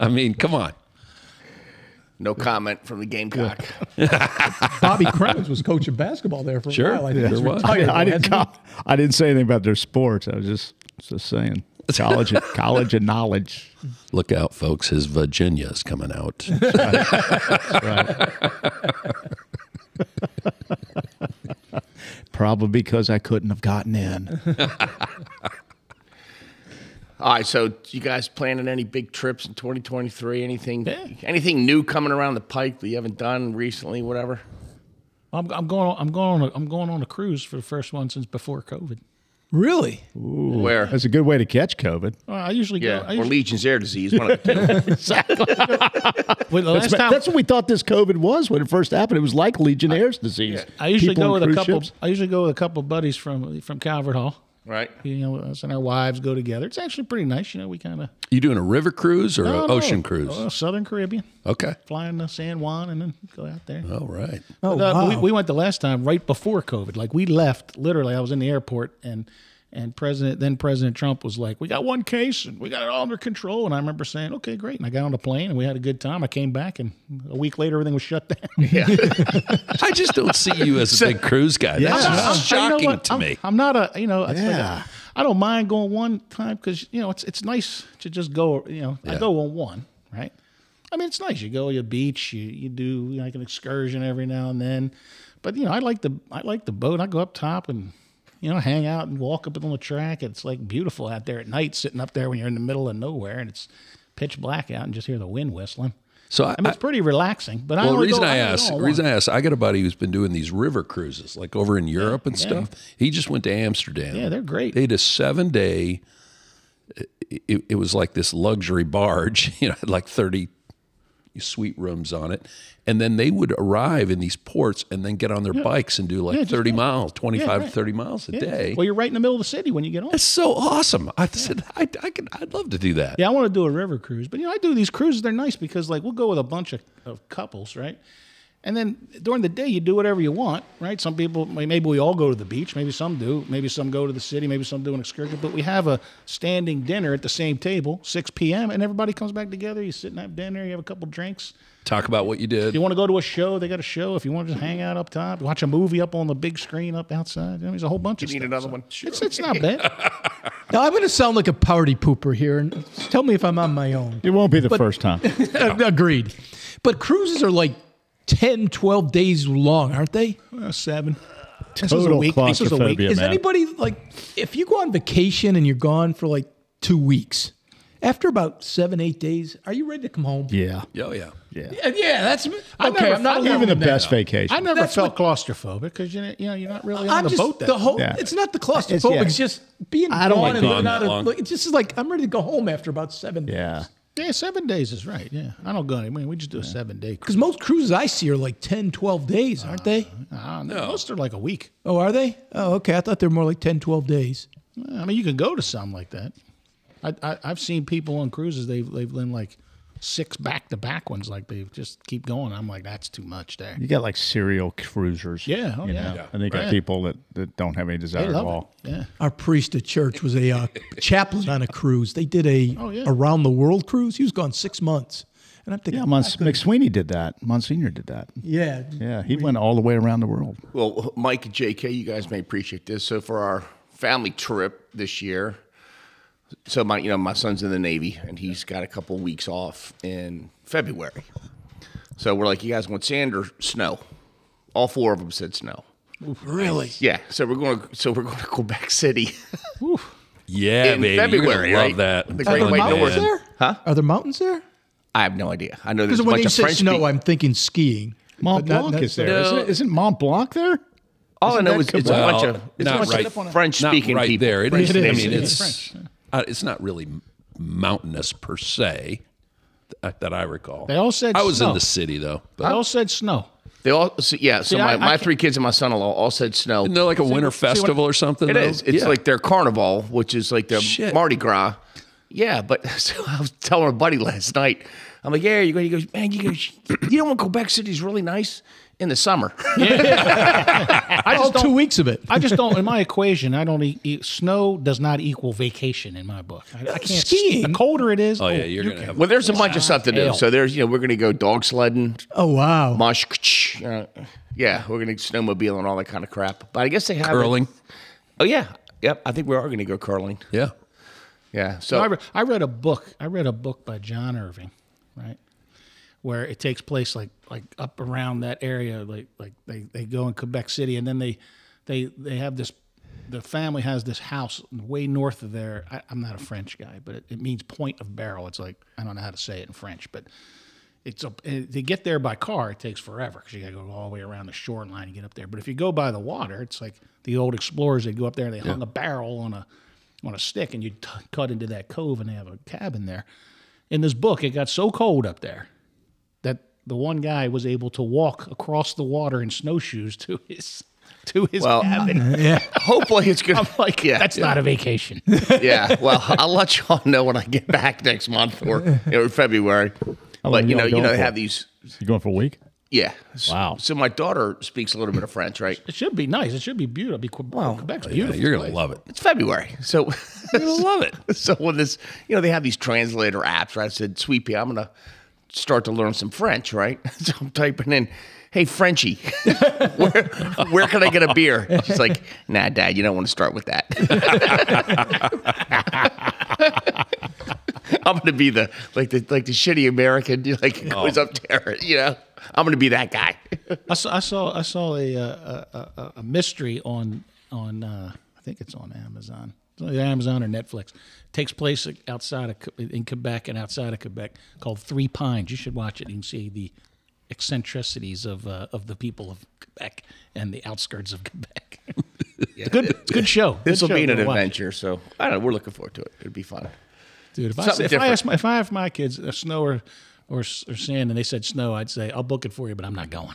Speaker 3: I mean, come on.
Speaker 2: No comment from the Gamecock.
Speaker 5: Bobby Cremens was coaching basketball there for
Speaker 3: Sure.
Speaker 5: a while. I think
Speaker 3: Oh, Yeah.
Speaker 5: Oh, he's
Speaker 3: Sure was.
Speaker 4: I,
Speaker 5: retired,
Speaker 4: I
Speaker 5: hasn't
Speaker 4: didn't.
Speaker 5: he?
Speaker 4: co- I didn't say anything about their sports. I was just just saying college, and, college and knowledge.
Speaker 3: Look out, folks. His Virginia's coming out.
Speaker 4: Probably because I couldn't have gotten in.
Speaker 2: All right, so you guys planning any big trips in 2023? Anything? Anything new coming around the pike that you haven't done recently? Whatever.
Speaker 6: I'm, I'm going. On, I'm going. On a, I'm going on a cruise for the first one since before COVID.
Speaker 5: Really?
Speaker 2: Where?
Speaker 4: That's a good way to catch COVID.
Speaker 6: Well, I usually go.
Speaker 2: Yeah,
Speaker 6: I
Speaker 2: or
Speaker 6: usually,
Speaker 2: Legion's air disease. One of the two.
Speaker 6: well, the last
Speaker 4: That's,
Speaker 6: time,
Speaker 4: that's what we thought this COVID was when it first happened. It was like Legionnaire's disease.
Speaker 6: I usually
Speaker 4: People
Speaker 6: go
Speaker 4: on
Speaker 6: with a
Speaker 4: cruise
Speaker 6: couple.
Speaker 4: ships.
Speaker 6: I usually go with a couple buddies from from Calvert Hall.
Speaker 2: right.
Speaker 6: You know, us and our wives go together. It's actually pretty nice. You know, we kind of
Speaker 3: you doing a river cruise or an ocean cruise?
Speaker 6: Oh,
Speaker 5: Uh.
Speaker 6: Southern Caribbean,
Speaker 3: Okay.
Speaker 6: flying to San Juan and then go out there.
Speaker 3: All right.
Speaker 5: Oh,
Speaker 6: But, uh,
Speaker 5: wow.
Speaker 6: we, we went the last time right before COVID. Like we left literally. I was in the airport and and President then President Trump was like, "We got one case and we got it all under control." And I remember saying, "Okay, great." And I got on the plane and we had a good time. I came back and a week later everything was shut down.
Speaker 3: I just don't see you as a big cruise guy. That's
Speaker 4: Yeah.
Speaker 3: just
Speaker 6: You know
Speaker 3: shocking
Speaker 6: what?
Speaker 3: to
Speaker 6: I'm,
Speaker 3: me.
Speaker 6: I'm not a you know. It's like a-
Speaker 4: Yeah.
Speaker 6: I don't mind going one time because you know it's it's nice to just go. You know, I go on one right. I mean, it's nice. You go to the beach. You you do like an excursion every now and then, but you know, I like the I like the boat. I go up top and you know hang out and walk up on the track. It's like beautiful out there at night, sitting up there when you're in the middle of nowhere and it's pitch black out and just hear the wind whistling.
Speaker 3: So I,
Speaker 6: I mean, it's pretty relaxing. But I
Speaker 3: well, the
Speaker 6: only
Speaker 3: reason
Speaker 6: go,
Speaker 3: I
Speaker 6: only go
Speaker 3: asked,
Speaker 6: on
Speaker 3: the
Speaker 6: one.
Speaker 3: reason I asked, I got a buddy who's been doing these river cruises, like over in Europe and stuff. He just went to Amsterdam.
Speaker 6: Yeah, they're great.
Speaker 3: They did a seven day it, it was like this luxury barge, you know, had like 30 suite rooms on it. And then they would arrive in these ports and then get on their bikes and do like
Speaker 6: Yeah, just
Speaker 3: 30
Speaker 6: walk.
Speaker 3: miles, 25
Speaker 6: right.
Speaker 3: to 30 miles a
Speaker 6: Yeah.
Speaker 3: day.
Speaker 6: Well, you're right in the middle of the city when you get on.
Speaker 3: That's so awesome. I said, I, I could, I'd love to do that.
Speaker 6: Yeah, I want to do a river cruise, but you know, I do these cruises. They're nice because like we'll go with a bunch of, of couples, right? And then during the day, you do whatever you want, right? Some people, may- maybe we all go to the beach, maybe some do, maybe some go to the city, maybe some do an excursion. But we have a standing dinner at the same table, 6 p.m., and everybody comes back together. You sit and have dinner, you have a couple drinks.
Speaker 3: Talk about what you did.
Speaker 6: If you want to go to a show, they got a show. If you want to just hang out up top, watch a movie up on the big screen up outside, I mean, there's a whole bunch of
Speaker 2: need
Speaker 6: stuff.
Speaker 2: another
Speaker 6: so
Speaker 2: one?
Speaker 6: It's, it's not bad.
Speaker 5: Now I'm going to sound like a party pooper here, and tell me if I'm on my own.
Speaker 4: It won't be the first time.
Speaker 5: Agreed. But cruises are like 10, 12 days long, aren't they?
Speaker 6: Uh, seven. This was a
Speaker 4: Total
Speaker 6: week. This was a week.
Speaker 4: claustrophobia,
Speaker 5: Is
Speaker 4: man.
Speaker 5: anybody like if you go on vacation and you're gone for like two weeks, after about seven, eight days, are you ready to come home?
Speaker 4: Yeah.
Speaker 3: Oh, yeah.
Speaker 4: Yeah.
Speaker 5: Yeah, yeah, that's okay.
Speaker 6: never-
Speaker 5: I'm not
Speaker 6: I've
Speaker 5: alone
Speaker 4: Even the
Speaker 5: in that.
Speaker 4: best vacation.
Speaker 6: I never
Speaker 5: That's
Speaker 6: felt claustrophobic because you know, you know you're not really on
Speaker 5: I'm
Speaker 6: the
Speaker 5: just
Speaker 6: boat. That
Speaker 5: the whole.
Speaker 4: Yeah.
Speaker 5: It's not the
Speaker 4: It's-
Speaker 5: claustrophobic.
Speaker 4: yeah.
Speaker 5: It's just being
Speaker 4: I don't
Speaker 5: gone
Speaker 4: like
Speaker 5: and
Speaker 3: being
Speaker 5: going out.
Speaker 3: that
Speaker 5: Of,
Speaker 3: long.
Speaker 5: like, it's just like I'm ready to go home after about seven.
Speaker 4: yeah.
Speaker 6: yeah, seven days is right. Yeah, I don't go. I mean, we just do a seven day
Speaker 5: Because
Speaker 6: cruise.
Speaker 5: most cruises I see are like 10, 12 days, aren't they?
Speaker 6: I don't know. Ah, Most are like a week.
Speaker 5: Oh, are they? Oh, okay. I thought they were more like 10, 12 days.
Speaker 6: I mean, you can go to some like that. I, I I've seen people on cruises. They've they've been like six back to back ones. Like they just keep going. I'm like, that's too much there.
Speaker 4: You got like serial cruisers.
Speaker 6: Yeah, oh,
Speaker 4: you
Speaker 6: yeah.
Speaker 4: know,
Speaker 6: Yeah.
Speaker 4: And they got
Speaker 6: Right.
Speaker 4: people that, that don't have any desire
Speaker 6: They
Speaker 4: at
Speaker 6: love
Speaker 4: all.
Speaker 6: it. Yeah.
Speaker 5: Our priest at church was a uh, chaplain on a cruise. They did a
Speaker 6: yeah.
Speaker 5: around the world cruise. He was gone six months, and I'm thinking,
Speaker 4: Yeah, Mons- McSweeney did that. Monsignor did that.
Speaker 5: yeah,
Speaker 4: Yeah, he went all the way around the world.
Speaker 2: Well, Mike and JK, you guys may appreciate this. So for our family trip this year, so my you know my son's in the Navy and he's got a couple weeks off in February. So we're like, you guys want sand or snow? All four of them said snow.
Speaker 5: really.
Speaker 2: Yeah. So we're going. to So we're going to Quebec City.
Speaker 3: Yeah,
Speaker 2: In
Speaker 3: baby.
Speaker 2: February,
Speaker 3: You're gonna
Speaker 2: right?
Speaker 3: love that.
Speaker 2: The
Speaker 3: I'm
Speaker 2: Great
Speaker 5: Are there
Speaker 3: telling
Speaker 2: White
Speaker 3: you,
Speaker 2: North.
Speaker 5: mountains
Speaker 3: man.
Speaker 5: there? Huh? Are there mountains there?
Speaker 2: I have no idea. I know there's
Speaker 5: Because
Speaker 2: a
Speaker 5: when
Speaker 2: bunch
Speaker 5: you
Speaker 2: of
Speaker 5: say
Speaker 2: French.
Speaker 5: snow,
Speaker 2: people.
Speaker 5: I'm thinking skiing.
Speaker 4: Mont
Speaker 5: But not-
Speaker 4: Blanc
Speaker 5: not-
Speaker 4: is there. Isn't, it- isn't Mont Blanc there?
Speaker 2: all I know is
Speaker 4: that
Speaker 2: it's a
Speaker 3: Quebec?
Speaker 2: bunch of
Speaker 3: Well,
Speaker 2: it's a
Speaker 3: not
Speaker 2: bunch
Speaker 3: right-
Speaker 2: of French speaking
Speaker 3: not right
Speaker 2: people.
Speaker 3: there. It is.
Speaker 5: It
Speaker 3: I
Speaker 5: is.
Speaker 3: mean,
Speaker 5: It
Speaker 6: is
Speaker 3: it's uh, it's not really m- mountainous per se th- that I recall.
Speaker 6: They all said
Speaker 3: I was
Speaker 6: snow.
Speaker 3: in the city though. But,
Speaker 6: They all said snow.
Speaker 2: They all so, yeah. So
Speaker 6: See, I-
Speaker 2: my,
Speaker 6: I
Speaker 2: my
Speaker 6: can't-
Speaker 2: three kids and my son-in-law all said snow.
Speaker 3: isn't there like a winter festival or something?
Speaker 2: It
Speaker 3: though?
Speaker 2: is. It's
Speaker 3: Yeah.
Speaker 2: like their carnival, which is like their
Speaker 3: Shit.
Speaker 2: Mardi Gras. Yeah, but so I was telling a buddy last night. I'm like, yeah, you're going. He goes, man, you goes, you know when Quebec City's really nice in the summer.
Speaker 6: I
Speaker 5: Oh,
Speaker 6: just
Speaker 5: two
Speaker 6: don't.
Speaker 5: weeks of it.
Speaker 6: I just don't. In my equation, I don't. E- e- snow does not equal vacation in my book. I, I can't.
Speaker 5: Skiing?
Speaker 6: The colder it is.
Speaker 3: Oh yeah, you're gonna have.
Speaker 2: well, there's a bunch of stuff to do.
Speaker 6: Hell.
Speaker 2: So there's you know we're gonna go dog sledding,
Speaker 5: Oh wow.
Speaker 2: mosh, kch, uh, yeah, we're gonna snowmobile and all that kind of crap. But I guess they have it-
Speaker 3: Curling.
Speaker 2: Oh yeah, yep. I think we are gonna go curling.
Speaker 3: Yeah.
Speaker 2: Yeah. So
Speaker 6: I, re- I read a book. I read a book by John Irving, right, where it takes place like like up around that area, like like they, they go in Quebec City, and then they they they have this. The family has this house way north of there. I, I'm not a French guy, but it, it means point of barrel. It's like I don't know how to say it in French, but it's a, and to get there by car it takes forever because you got to go all the way around the shoreline and get up there but if you go by the water it's like the old explorers they'd go up there and they hung a barrel on a on a stick and you t- cut into that cove and they have a cabin there in this book it got so cold up there that the one guy was able to walk across the water in snowshoes to his to his
Speaker 2: Well,
Speaker 6: cabin
Speaker 2: hopefully it's gonna
Speaker 6: i'm like
Speaker 2: yeah.
Speaker 6: that's not a vacation
Speaker 2: yeah. Well, I'll let y'all know when I get back next month or, or February. But
Speaker 4: long
Speaker 2: you
Speaker 4: y'all
Speaker 2: know, you
Speaker 4: going
Speaker 2: know, they
Speaker 4: for?
Speaker 2: have these.
Speaker 4: You going for a week?
Speaker 2: Yeah. S-
Speaker 4: Wow.
Speaker 2: So my daughter speaks a little bit of French, right?
Speaker 6: it should be nice it should be beautiful Be- Quebec, quebec's
Speaker 3: Yeah,
Speaker 6: beautiful
Speaker 3: you're gonna love it.
Speaker 2: It's February, so I love it. So when this, you know, they have these translator apps, right? I said, "Sweet pea, I'm gonna start to learn some French, right?" So I'm typing in, "Hey Frenchie, where where can I get a beer?" She's like, "Nah, Dad, you don't want to start with that." I'm gonna be the like the like the shitty American, you know, like goes
Speaker 6: Oh.
Speaker 2: up there, you know. I'm gonna be that guy.
Speaker 6: I saw I saw I saw a uh, a, a, a mystery on on uh, I think it's on Amazon. It's either Amazon or Netflix. It takes place outside of Que- in Quebec and outside of Quebec called Three Pines. You should watch it and see the eccentricities of uh, of the people of Quebec and the outskirts of Quebec. It's good. It's a good show.
Speaker 2: This will
Speaker 6: Good
Speaker 2: be
Speaker 6: show
Speaker 2: an
Speaker 6: to watch.
Speaker 2: adventure. So I don't know. We're looking forward to it. It'd be fun.
Speaker 6: dude. If I,
Speaker 2: Something
Speaker 6: if I
Speaker 2: different.
Speaker 6: ask my, if I have my kids uh, snow or, or s- or sand, and they said snow, I'd say I'll book it for you, but I'm not going.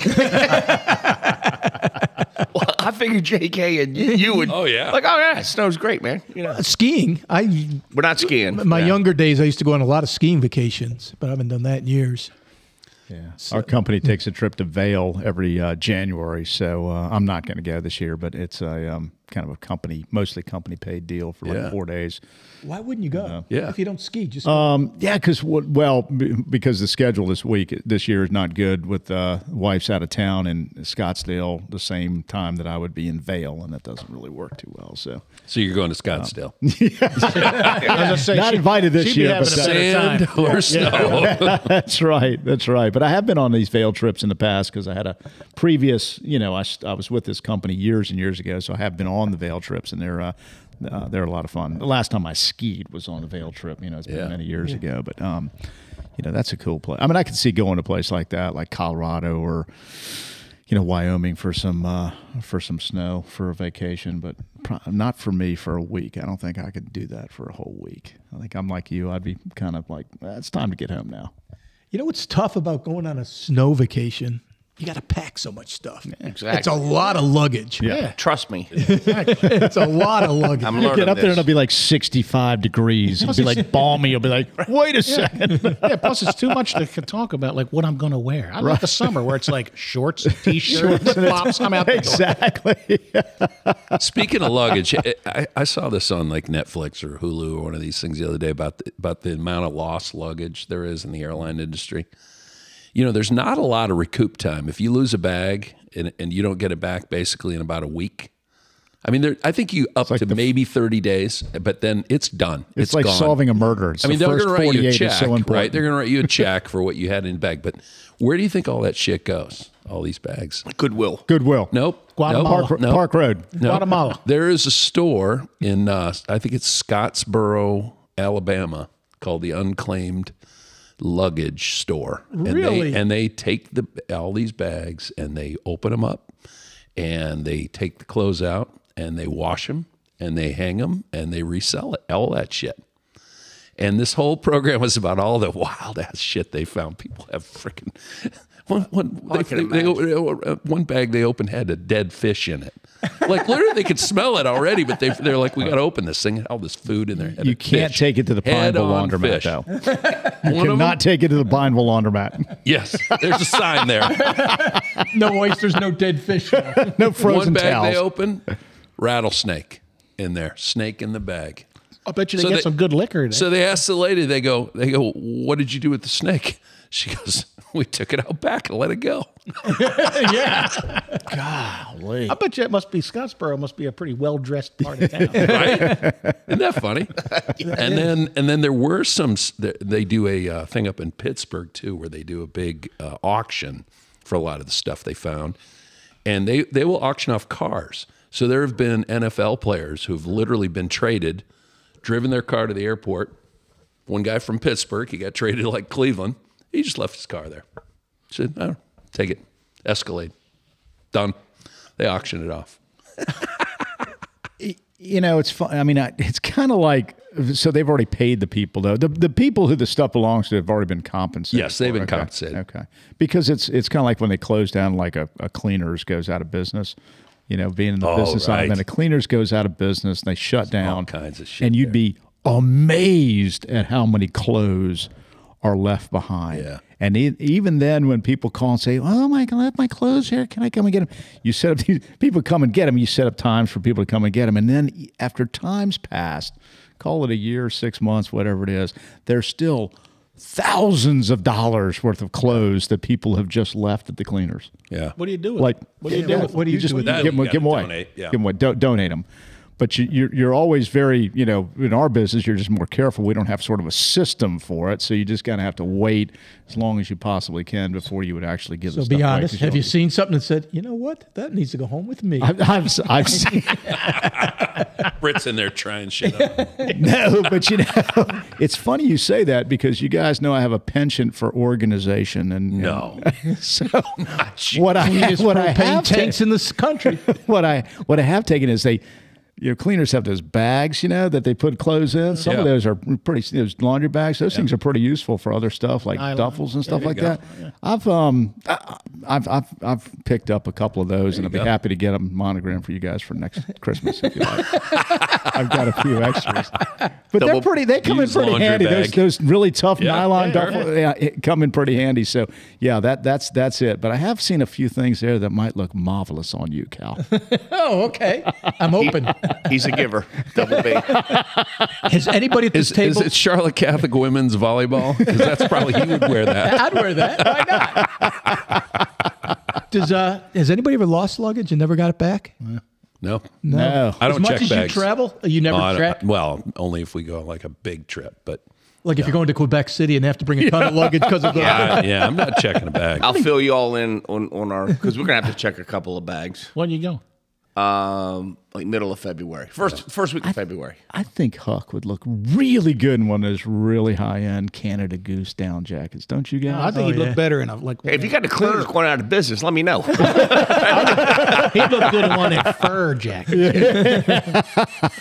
Speaker 2: Well, I figured JK and you- you would.
Speaker 3: Oh, yeah.
Speaker 2: Like oh yeah, snow's great, man. You know,
Speaker 5: Uh, Skiing. I
Speaker 2: we're not skiing.
Speaker 5: my
Speaker 2: Yeah.
Speaker 5: younger days, I used to go on a lot of skiing vacations, but I haven't done that in years.
Speaker 4: Yeah. Our company takes a trip to Vail every uh, January, so uh, I'm not going to go this year. But it's a um, kind of a company, mostly company paid deal for like
Speaker 3: Yeah.
Speaker 4: four days.
Speaker 5: Why wouldn't you go?
Speaker 3: Yeah.
Speaker 5: If you don't ski, just
Speaker 4: Um, yeah, because well, b- because the schedule this week this year is not good. With uh, wife's out of town in Scottsdale, the same time that I would be in Vail, and that doesn't really work too well. So
Speaker 3: So you're going to Scottsdale.
Speaker 6: I was gonna say,
Speaker 4: Not
Speaker 6: she-
Speaker 4: invited this
Speaker 6: she'd be
Speaker 4: year,
Speaker 6: having
Speaker 4: but-
Speaker 6: a better time.
Speaker 3: Sand or snow.
Speaker 4: that's right, that's right. But I have been on these Vail trips in the past because I had a previous, you know, I, st- I was with this company years and years ago, so I have been on the Vail trips, and they're uh, uh, they're a lot of fun. The last time I skied was on a Vail trip. You know, it's been
Speaker 3: Yeah.
Speaker 4: many years ago, but um, you know, that's a cool place. I mean, I could see going to a place like that, like Colorado or you know Wyoming for some uh, for some snow for a vacation, but pro- not for me for a week. I don't think I could do that for a whole week. I think I'm like you. I'd be kind of like "Ah, it's time to get home now.
Speaker 5: you know what's tough about going on a snow vacation? You got to pack so much stuff.
Speaker 2: Exactly.
Speaker 5: It's a lot of luggage.
Speaker 4: Yeah.
Speaker 2: Trust me,
Speaker 5: It's a lot of luggage.
Speaker 2: I'm learning
Speaker 4: Get up there and
Speaker 2: this.
Speaker 4: it'll be like 65 degrees. It'll be like balmy. You'll be like, wait a second.
Speaker 6: Yeah, plus it's too much to c- talk about, like what I'm going to wear. I like the summer where it's like shorts, t-shirt, flops. I'm out the door.
Speaker 4: exactly.
Speaker 3: Speaking of luggage, I- I, I saw this on like Netflix or Hulu or one of these things the other day about the, about the amount of lost luggage there is in the airline industry. You know, there's not a lot of recoup time. If you lose a bag and, and you don't get it back basically in about a week, I mean, there, I think you up to maybe 30 days, but then it's done.
Speaker 4: It's, like
Speaker 3: gone.
Speaker 4: solving a murder. It's
Speaker 3: I mean,
Speaker 4: the
Speaker 3: they're going
Speaker 4: first
Speaker 3: to write
Speaker 4: 48
Speaker 3: you a
Speaker 4: is
Speaker 3: check,
Speaker 4: so important.
Speaker 3: right? They're going to write you a check for what you had in the bag. But where do you think all that shit goes? All these bags?
Speaker 2: goodwill.
Speaker 4: Goodwill.
Speaker 3: Nope.
Speaker 6: Guatemala.
Speaker 3: Nope.
Speaker 4: Park, Park Road.
Speaker 3: No.
Speaker 6: Guatemala.
Speaker 3: There is a store in uh, I think it's Scottsboro, Alabama, called the Unclaimed Luggage Store. And
Speaker 5: Really?
Speaker 3: They, and they take the all these bags and they open them up, and they take the clothes out and they wash them and they hang them and they resell it. All that shit. And this whole program was about all the wild ass shit they found. People have freaking one, one, they,
Speaker 2: can
Speaker 3: they- they- uh, one bag they opened had a dead fish in it. Like literally, they could smell it already, but they, they're like, we got to open this thing. All this food in there. Had
Speaker 4: You
Speaker 3: a
Speaker 4: can't
Speaker 3: fish.
Speaker 4: take it to the Pineville
Speaker 3: Head-on
Speaker 4: laundromat,
Speaker 3: fish.
Speaker 4: though.
Speaker 3: One of them-
Speaker 4: Cannot take it to the Pineville laundromat.
Speaker 3: Yes, there's a sign there.
Speaker 5: no oysters, no dead fish.
Speaker 4: No
Speaker 3: one
Speaker 4: frozen
Speaker 3: bag
Speaker 4: towels.
Speaker 3: they open, rattlesnake in there, snake in the bag.
Speaker 6: I bet you they
Speaker 3: So
Speaker 6: get
Speaker 3: they-
Speaker 6: some good
Speaker 4: eh?
Speaker 6: liquor. there.
Speaker 3: So they asked the lady, they go, they go, what did you do with the snake? She goes, we took it out back and let it go.
Speaker 5: yeah.
Speaker 6: I bet you it must be Scottsboro. Must be a pretty well dressed part of town.
Speaker 3: right? Isn't that funny? and then and then there were some. s- th- They do a uh, thing up in Pittsburgh too, where they do a big uh, auction for a lot of the stuff they found, and they they will auction off cars. So there have been NFL players who've literally been traded, driven their car to the airport. One guy from Pittsburgh, he got traded to, like Cleveland. He just left his car there. Said, "Oh, take it, Escalade, done." They auctioned it off.
Speaker 4: you know, it's fun. I mean, I, it's kind of like so they've already paid the people though. The the people who the stuff belongs to have already been compensated.
Speaker 3: Yes, they've
Speaker 4: for.
Speaker 3: been
Speaker 4: Okay.
Speaker 3: compensated.
Speaker 4: Okay, because it's it's kind of like when they close down, like a, a cleaners goes out of business. You know, being in the
Speaker 3: Oh,
Speaker 4: business
Speaker 3: right.
Speaker 4: item, and a cleaners goes out of business, and they shut down
Speaker 3: kinds of shit
Speaker 4: and you'd be amazed at how many clothes are left behind.
Speaker 3: Yeah.
Speaker 4: And e- even then, when people call and say, "Oh my, I left my clothes here. Can I come and get them?" You set up these people come and get them. You set up times for people to come and get them, and then e- after times passed, call it a year, six months, whatever it is, there's still thousands of dollars worth of clothes that people have just left at the cleaners.
Speaker 3: Yeah.
Speaker 6: What do you do? With
Speaker 4: Like,
Speaker 6: it? what do you do? with it?
Speaker 5: what do you
Speaker 4: just
Speaker 5: do with
Speaker 4: give
Speaker 3: that?
Speaker 4: them,
Speaker 3: You
Speaker 4: give them
Speaker 3: gotta
Speaker 4: away.
Speaker 3: donate, yeah.
Speaker 4: Give them away. Do- donate them. But you, you're you're always very you know in our business you're just more careful. We don't have sort of a system for it, so you just kind of have to wait as long as you possibly can before you would actually give. the
Speaker 5: So be
Speaker 4: stuff away,
Speaker 5: honest.
Speaker 4: 'cause
Speaker 5: Have
Speaker 4: don't-
Speaker 5: you seen something that said, you know what, that needs to go home with me?
Speaker 4: I've, I've, s- I've seen
Speaker 3: Brit's in there trying shit up.
Speaker 4: no, but you know, it's funny you say that because you guys know I have a penchant for organization, and
Speaker 3: No.
Speaker 4: and so what I have- what I
Speaker 5: propane
Speaker 4: have ta-
Speaker 5: tanks in this country.
Speaker 4: what I what I have taken is they. Your cleaners have those bags, you know, that they put clothes in. Some of
Speaker 3: Yeah.
Speaker 4: those are pretty those laundry bags. Those things are pretty useful for other stuff like
Speaker 6: Nylon.
Speaker 4: duffels and stuff like
Speaker 3: go.
Speaker 4: that. I've um I- I've I've I've picked up a couple of those, and I'll be
Speaker 3: go.
Speaker 4: happy to get them monogrammed for you guys for next Christmas if you like. I've got a few extras, but
Speaker 3: Double
Speaker 4: they're pretty. They come in
Speaker 3: used
Speaker 4: pretty
Speaker 3: laundry
Speaker 4: handy. Those,
Speaker 3: bag.
Speaker 4: those really tough
Speaker 3: Yeah.
Speaker 4: nylon
Speaker 3: Yeah,
Speaker 4: duffel yeah, it come in pretty handy. So yeah, that that's that's it. But I have seen a few things there that might look marvelous on you, Cal.
Speaker 5: oh, okay. I'm open.
Speaker 2: He's a giver. Double B.
Speaker 5: Has anybody at this
Speaker 3: Is, is
Speaker 5: table?
Speaker 3: it Charlotte Catholic women's volleyball? Because that's probably he would wear that.
Speaker 5: I'd wear that. Why not? Does uh has anybody ever lost luggage and never got it back?
Speaker 3: No,
Speaker 4: no.
Speaker 3: I don't
Speaker 5: as much
Speaker 3: check
Speaker 5: as
Speaker 3: bags.
Speaker 5: you travel, you never
Speaker 3: Oh, I don't-
Speaker 5: check.
Speaker 3: well, only if we go on like a big trip. But
Speaker 5: Like if you're going to Quebec City and have to bring a ton of luggage because of the
Speaker 3: I- yeah, I'm not checking a bag.
Speaker 2: I'll fill you all in on, on our because we're gonna have to check a couple of bags.
Speaker 6: When you go,
Speaker 2: Um, like middle of February, first first week of February.
Speaker 4: I think Huck would look really good in one of those really high end Canada Goose down jackets, don't you
Speaker 6: I
Speaker 4: guys?
Speaker 5: Oh,
Speaker 6: think he'd look better in a like.
Speaker 2: Hey, if you got the cleaners going out of business, let me know.
Speaker 6: he'd look good in one in fur jacket,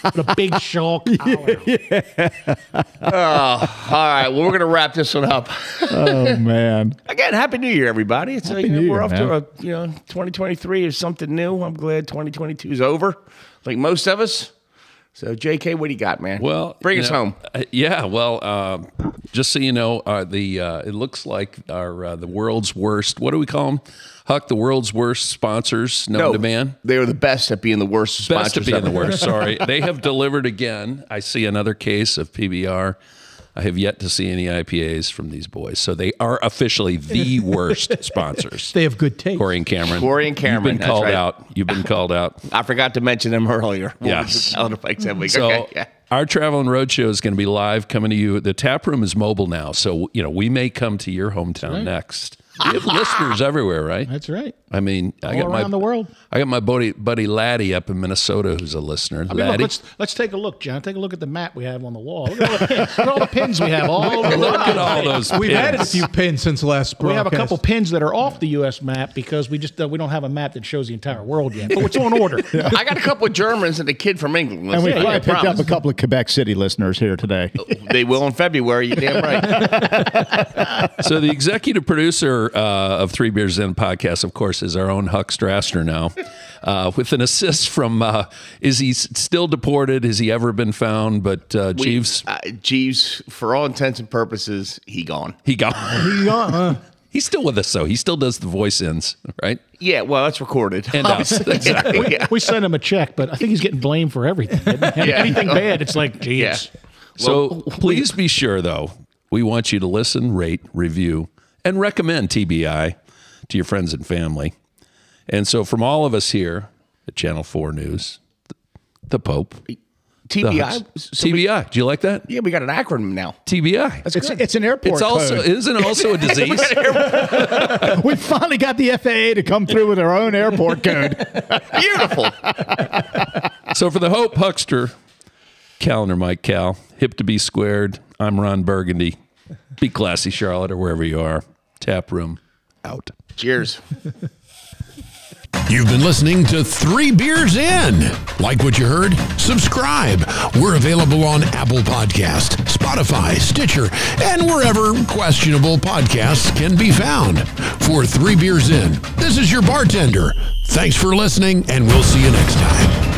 Speaker 6: with a big shawl collar.
Speaker 2: All right, well, we're gonna wrap this one up.
Speaker 4: oh man,
Speaker 2: Again, happy New Year, everybody. It's uh, you know,
Speaker 4: New
Speaker 2: we're
Speaker 4: Year,
Speaker 2: off
Speaker 4: man.
Speaker 2: to a you know 2023 is something new. I'm glad 2022 is over, like most of us. So, JK, what do you got, man?
Speaker 3: Well,
Speaker 2: bring
Speaker 3: you
Speaker 2: us
Speaker 3: know,
Speaker 2: home.
Speaker 3: uh, yeah. Well, um, just so you know, uh, the uh, it looks like our uh, the world's worst. What do we call them? Huck, the world's worst sponsors known to man.
Speaker 2: they were the best at being the worst.
Speaker 3: Best
Speaker 2: sponsors
Speaker 3: to be in
Speaker 2: ever.
Speaker 3: the worst. Sorry, they have delivered again. I see another case of PBR. I have yet to see any IPAs from these boys, so they are officially the worst sponsors.
Speaker 5: they have good taste.
Speaker 3: Corey and Cameron.
Speaker 2: Corey and Cameron,
Speaker 3: You've been
Speaker 2: that's
Speaker 3: called
Speaker 2: right.
Speaker 3: out. You've been called out.
Speaker 2: I forgot to mention them earlier. We'll
Speaker 3: Yes.
Speaker 2: just tell the folks that week.
Speaker 3: So
Speaker 2: okay, yeah.
Speaker 3: our travel and road show is going to be live coming to you. The tap room is mobile now, so you know we may come to your hometown next. We have listeners everywhere, right?
Speaker 6: That's right.
Speaker 3: I mean, I
Speaker 6: All
Speaker 3: got my
Speaker 6: around the world.
Speaker 3: I got my buddy buddy Laddie up in Minnesota who's a listener.
Speaker 6: I mean, look,
Speaker 3: Laddie,
Speaker 6: let's let's take a look, John. Take a look at the map we have on the wall. Look at all the pins, look at all the pins we have all over. the
Speaker 3: look
Speaker 6: world.
Speaker 3: at all those.
Speaker 5: We've added a
Speaker 3: pins.
Speaker 5: few pins since last
Speaker 6: We have
Speaker 5: broadcast.
Speaker 6: a couple pins that are off the U.S. map because we just uh, we don't have a map that shows the entire world yet. But it's on order.
Speaker 2: I got a couple of Germans and a kid from England.
Speaker 4: and we
Speaker 2: listening.
Speaker 4: probably
Speaker 2: I
Speaker 4: picked up
Speaker 2: promise.
Speaker 4: a couple of Quebec City listeners here today.
Speaker 2: They will in February. You damn right.
Speaker 3: so the executive producer uh, of Three Beers In podcast, of course, is our own Huck Strassner now, uh, with an assist from. Uh, is he s- still deported? Has he ever been found? But uh, Jeeves,
Speaker 2: uh, Jeeves, for all intents and purposes, he gone.
Speaker 3: he got. uh, He's still with us, though. He still does the voice ins, right?
Speaker 2: Yeah, well, that's recorded.
Speaker 3: And uh, us.
Speaker 2: exactly. yeah.
Speaker 6: we sent him a check, but I think he's getting blamed for everything.
Speaker 2: Yeah.
Speaker 6: Anything bad, it's like, geez.
Speaker 2: Yeah.
Speaker 3: So
Speaker 2: Well,
Speaker 3: please be sure, though, we want you to listen, rate, review, and recommend TBI to your friends and family. And so, from all of us here at Channel 4 News, the Pope. the
Speaker 2: TBI.
Speaker 3: Hunts-
Speaker 2: So we-
Speaker 3: TBI. Do you like that?
Speaker 2: yeah, we got an acronym now.
Speaker 3: TBI.
Speaker 4: It's, it's an airport.
Speaker 3: It's also
Speaker 4: code.
Speaker 3: isn't it also a disease.
Speaker 4: we finally got the FAA to come through with their own airport code.
Speaker 2: Beautiful.
Speaker 3: so for the Hope Huckster, calendar Mike Cal, hip to be squared. I'm Ron Burgundy. Be classy, Charlotte, or wherever you are. Tap room out.
Speaker 2: Cheers.
Speaker 1: You've been listening to Three Beers In. Like what you heard? Subscribe. We're available on Apple Podcast, Spotify, Stitcher, and wherever questionable podcasts can be found. For Three Beers In, this is your bartender. Thanks for listening, and we'll see you next time.